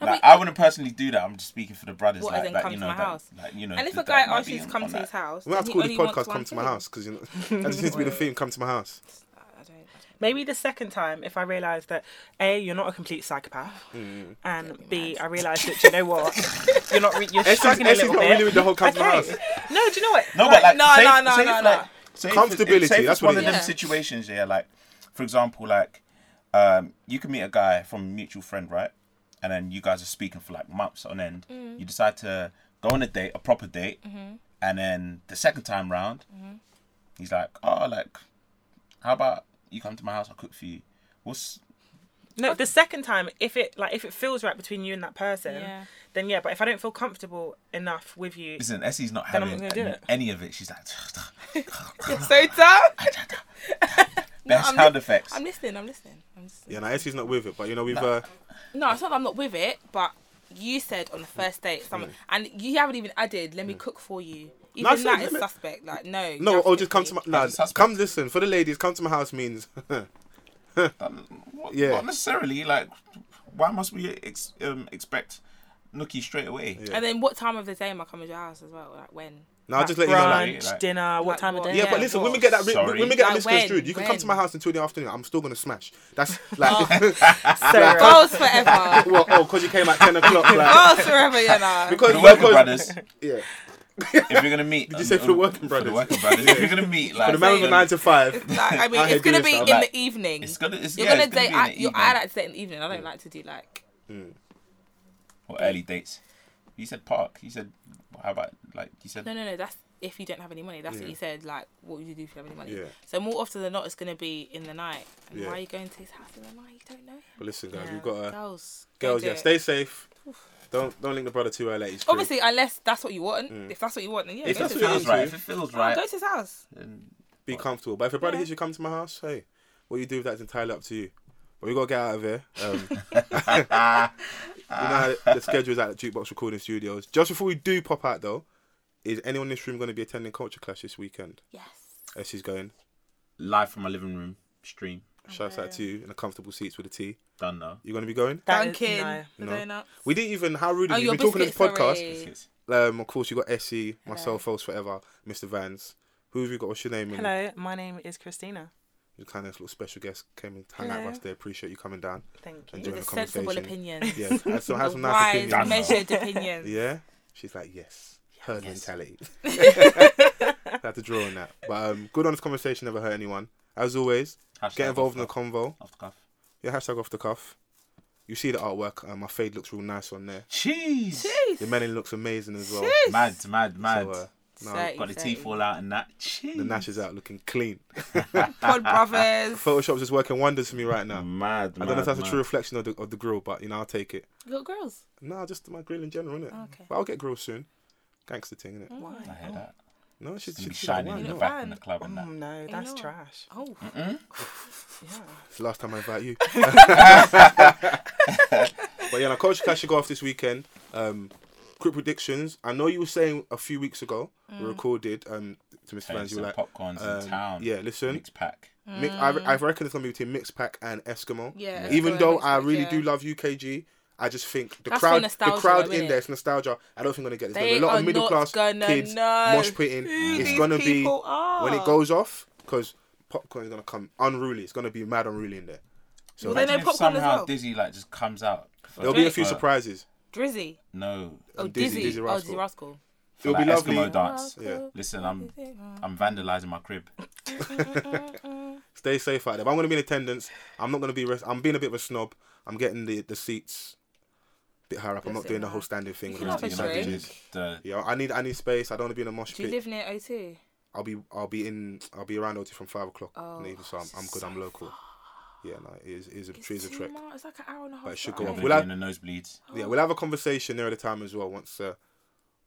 No, Like but- I wouldn't personally do that. I'm just speaking for the brothers. What, as Like, in like, come you to know, my that- house? Like, you know, And if a that guy might asks be you to on- come on to his that. house, We might have to then call he this only wants podcast one "Come to My House" because *laughs* you know that just needs to be the theme. Come to my house. thing. I don't- I don't- Maybe the second time, if I realise that A, you're not a complete psychopath, Mm-hmm. and B, I realise that, you know what, *laughs* you're not re- you're Essie's, struggling a Essie's little not bit. really with the whole come to my okay. house. No, do you know what? No, but like, No, say, no, no, say if, no, no. like, say if it's- Comfortability, Say if that's it's what one it of is. them Yeah. situations, yeah. Like, for example, like, um, you can meet a guy from a mutual friend, right? And then you guys are speaking for like months on end. Mm. You decide to go on a date, a proper date, Mm-hmm. and then the second time round, he's like, "Oh, like, how about you come to my house? I'll cook for you." What's No, the second time, if it like if it feels right between you and that person, Yeah. then yeah. But if I don't feel comfortable enough with you, Listen, Essie's not Then I'm having not gonna do any, it. of it. She's like, *laughs* So dumb. best I'm sound li- effects. I'm listening. I'm listening. I'm listening. Yeah, now Essie's not with it, but you know we've uh, No, it's not that I'm not with it, but you said on the first date Mm. something, and you haven't even added. Let me cook for you. Even I said, that Mm. let is me- suspect. Like no. you no. have Oh, cook just for come me. to my nah. As a suspect. Come listen for the ladies. Come to my house means *laughs* What- Yeah. Not necessarily. Like, why must we ex- um, expect Nookie straight away? Yeah. And then what time of the day am I coming to your house as well? Like when? now. just let brunch, you know, like. like- dinner, what Like time what? of day? Yeah, Yeah, but listen, of when we get that course. when Sorry. we get Like, that misconstrued, when? you can come to my When? house until the afternoon. I'm still gonna smash. *laughs* That's like, Oh. Sarah. Girls forever. *laughs* well, oh, because you came at ten o'clock. *laughs* Like, Girls forever, you know. because, For the working because- brothers, yeah, if you're gonna *laughs* meet, did you say for the working For brothers? the working brothers, if you're gonna meet, *laughs* like, for the man with a then nine to five. *laughs* like, I mean, I it's do gonna this be now. in Like, the evening. it's gonna, it's, You're yeah, gonna it's gonna date. be in I, the you, evening I like to date in the evening. I don't like to do like. or early dates. You said park. You said, how about like you said No, no, no. That's if you don't have any money. That's what Yeah. you said. Like, what would you do if you have any money? Yeah. So more often than not, it's gonna be in the night. And Yeah. Why are you going to his house in the night? You don't know him. But listen, guys, Yeah. we've got uh, Girls. go girls. do Yeah, it. stay safe. Don't don't link the brother too early. It's true. Obviously, unless that's what you want. If that's what you want, then yeah, Mm. If go that's to it his what you into. feels right. house. If it feels Oh, right, go to his house. then be comfortable. But if a brother Yeah. hits you, come to my house. Hey, what you do with that is entirely up to you. But we gotta get out of here. Um, *laughs* you know how the schedule is at the Jukebox Recording Studios. Just before we do pop out though, is anyone in this room going to be attending Culture Clash this weekend? Yes. As she's going, live from my living room stream. Oh, shouts out to you in the comfortable seats with a tea. Done now. You going to be going? That is- Dunkin', no. the No. donuts. We didn't even. How rude Oh, of you. your We're talking on this biscuits, podcast. sorry. Biscuits. Um, of course, you got Essie, myself, False Forever, Mr. Vans. Who have you got? What's your name? And Hello, my name is Christina. You kind of little special guest came and hang out Hello. with us. They appreciate you coming *laughs* down. Thank And you. During With a the sensible conversation. opinion. Yeah, had some, had A some nice wise, opinions. measured opinion. *laughs* Yeah, she's like yes, her *laughs* mentality. I had to draw on that, but um, good honest conversation never hurt anyone. As always, Hashtag get involved in the off convo. cuff, off the cuff. Your hashtag off the cuff. You see the artwork. Um, my fade looks real nice on there. Cheese. Jeez. Your melanin looks amazing as well. Jeez. Mad, mad, mad. So, uh, no, Got Say- the Exactly. teeth all out and that. Cheese. the Nash is out looking clean. *laughs* Pod brothers. Photoshop's just working wonders for me right now. Mad. I don't know if that's a true reflection of the, of the grill, but you know, I'll take it. Little girls. Nah, just my grill in general, innit? Okay. But I'll get grill soon. Gangster thing, innit? Why? I hear that. No, she's It's gonna be she's shining in Like, the why not? back in the club and Oh, Mm. that. no, that's not? trash. Oh. Yeah. It's the last time I invite *laughs* you. but yeah, now Culture Clash should go off this weekend. Um, quick predictions. I know you were saying a few weeks ago, we Mm. recorded um, to Mr. Playing Vans, you some were like, popcorns in um, town. yeah, listen. Mixed pack. Mm. Mix, I, I reckon it's going to be between Mixed Pack and Eskimo. Yeah, Even Eskimo, though Mixed I Pack, really yeah. do love UKG, I just think the That's for crowd, the nostalgia, crowd though, in innit? there, it's nostalgia. I don't think we're going to get this. They There's a lot are of middle class not gonna kids know mosh pitting. who It's these going to be people are. when it goes off because popcorn is going to come unruly. It's going to be mad unruly in there. So Well, they Imagine know if popcorn as somehow well. Dizzy like just comes out. for- there'll be a few for- surprises. Drizzy. No. Oh, And Dizzy, Dizzy. Dizzy Oh, Rascal. Dizzy Rascal. for It'll be that lovely. Eskimo dance. Yeah. Listen, I'm I'm vandalizing my crib. Stay safe out there. But I'm going to be in attendance. I'm not going to be. Rest- I'm being a bit of a snob. I'm getting the the seats a bit higher up. I'm not Listen, doing the whole man. standing thing. You with can have the a team, like, drink. bitches. The- Yeah, I need I need space. I don't want to be in a mosh Do you pit. live near O2? I'll be I'll be in I'll be around OT from five o'clock in Oh, the evening, so I'm, I'm good. I'm local. Yeah, no, it is it is a It's it is a too trek. much. It's like an hour and a half. But it should go I'm drive. on. gonna Will be I- in the nosebleeds. Yeah, we'll have a conversation near the time as well once uh,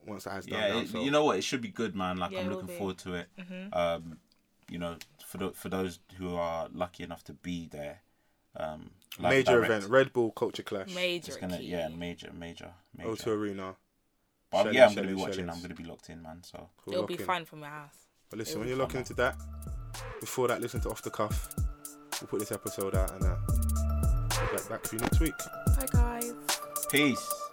once that has done. Yeah, down, it, so. you know what? It should be good, man. Like Yeah, I'm it will looking be. Mm-hmm. forward to it. Um, you know, for tho- for those who are lucky enough to be there, um, live major direct, event Red Bull Culture Clash. Major. It's gonna key. yeah, major, major, major. O2 Arena. but Shellings, yeah, I'm gonna be Shellings, watching. Shellings. I'm gonna be locked in, man. So Cool, It'll lock be in. fine from your house. But listen, It'll when be you're locking into that, before that, listen to Off the Cuff. We'll uh, put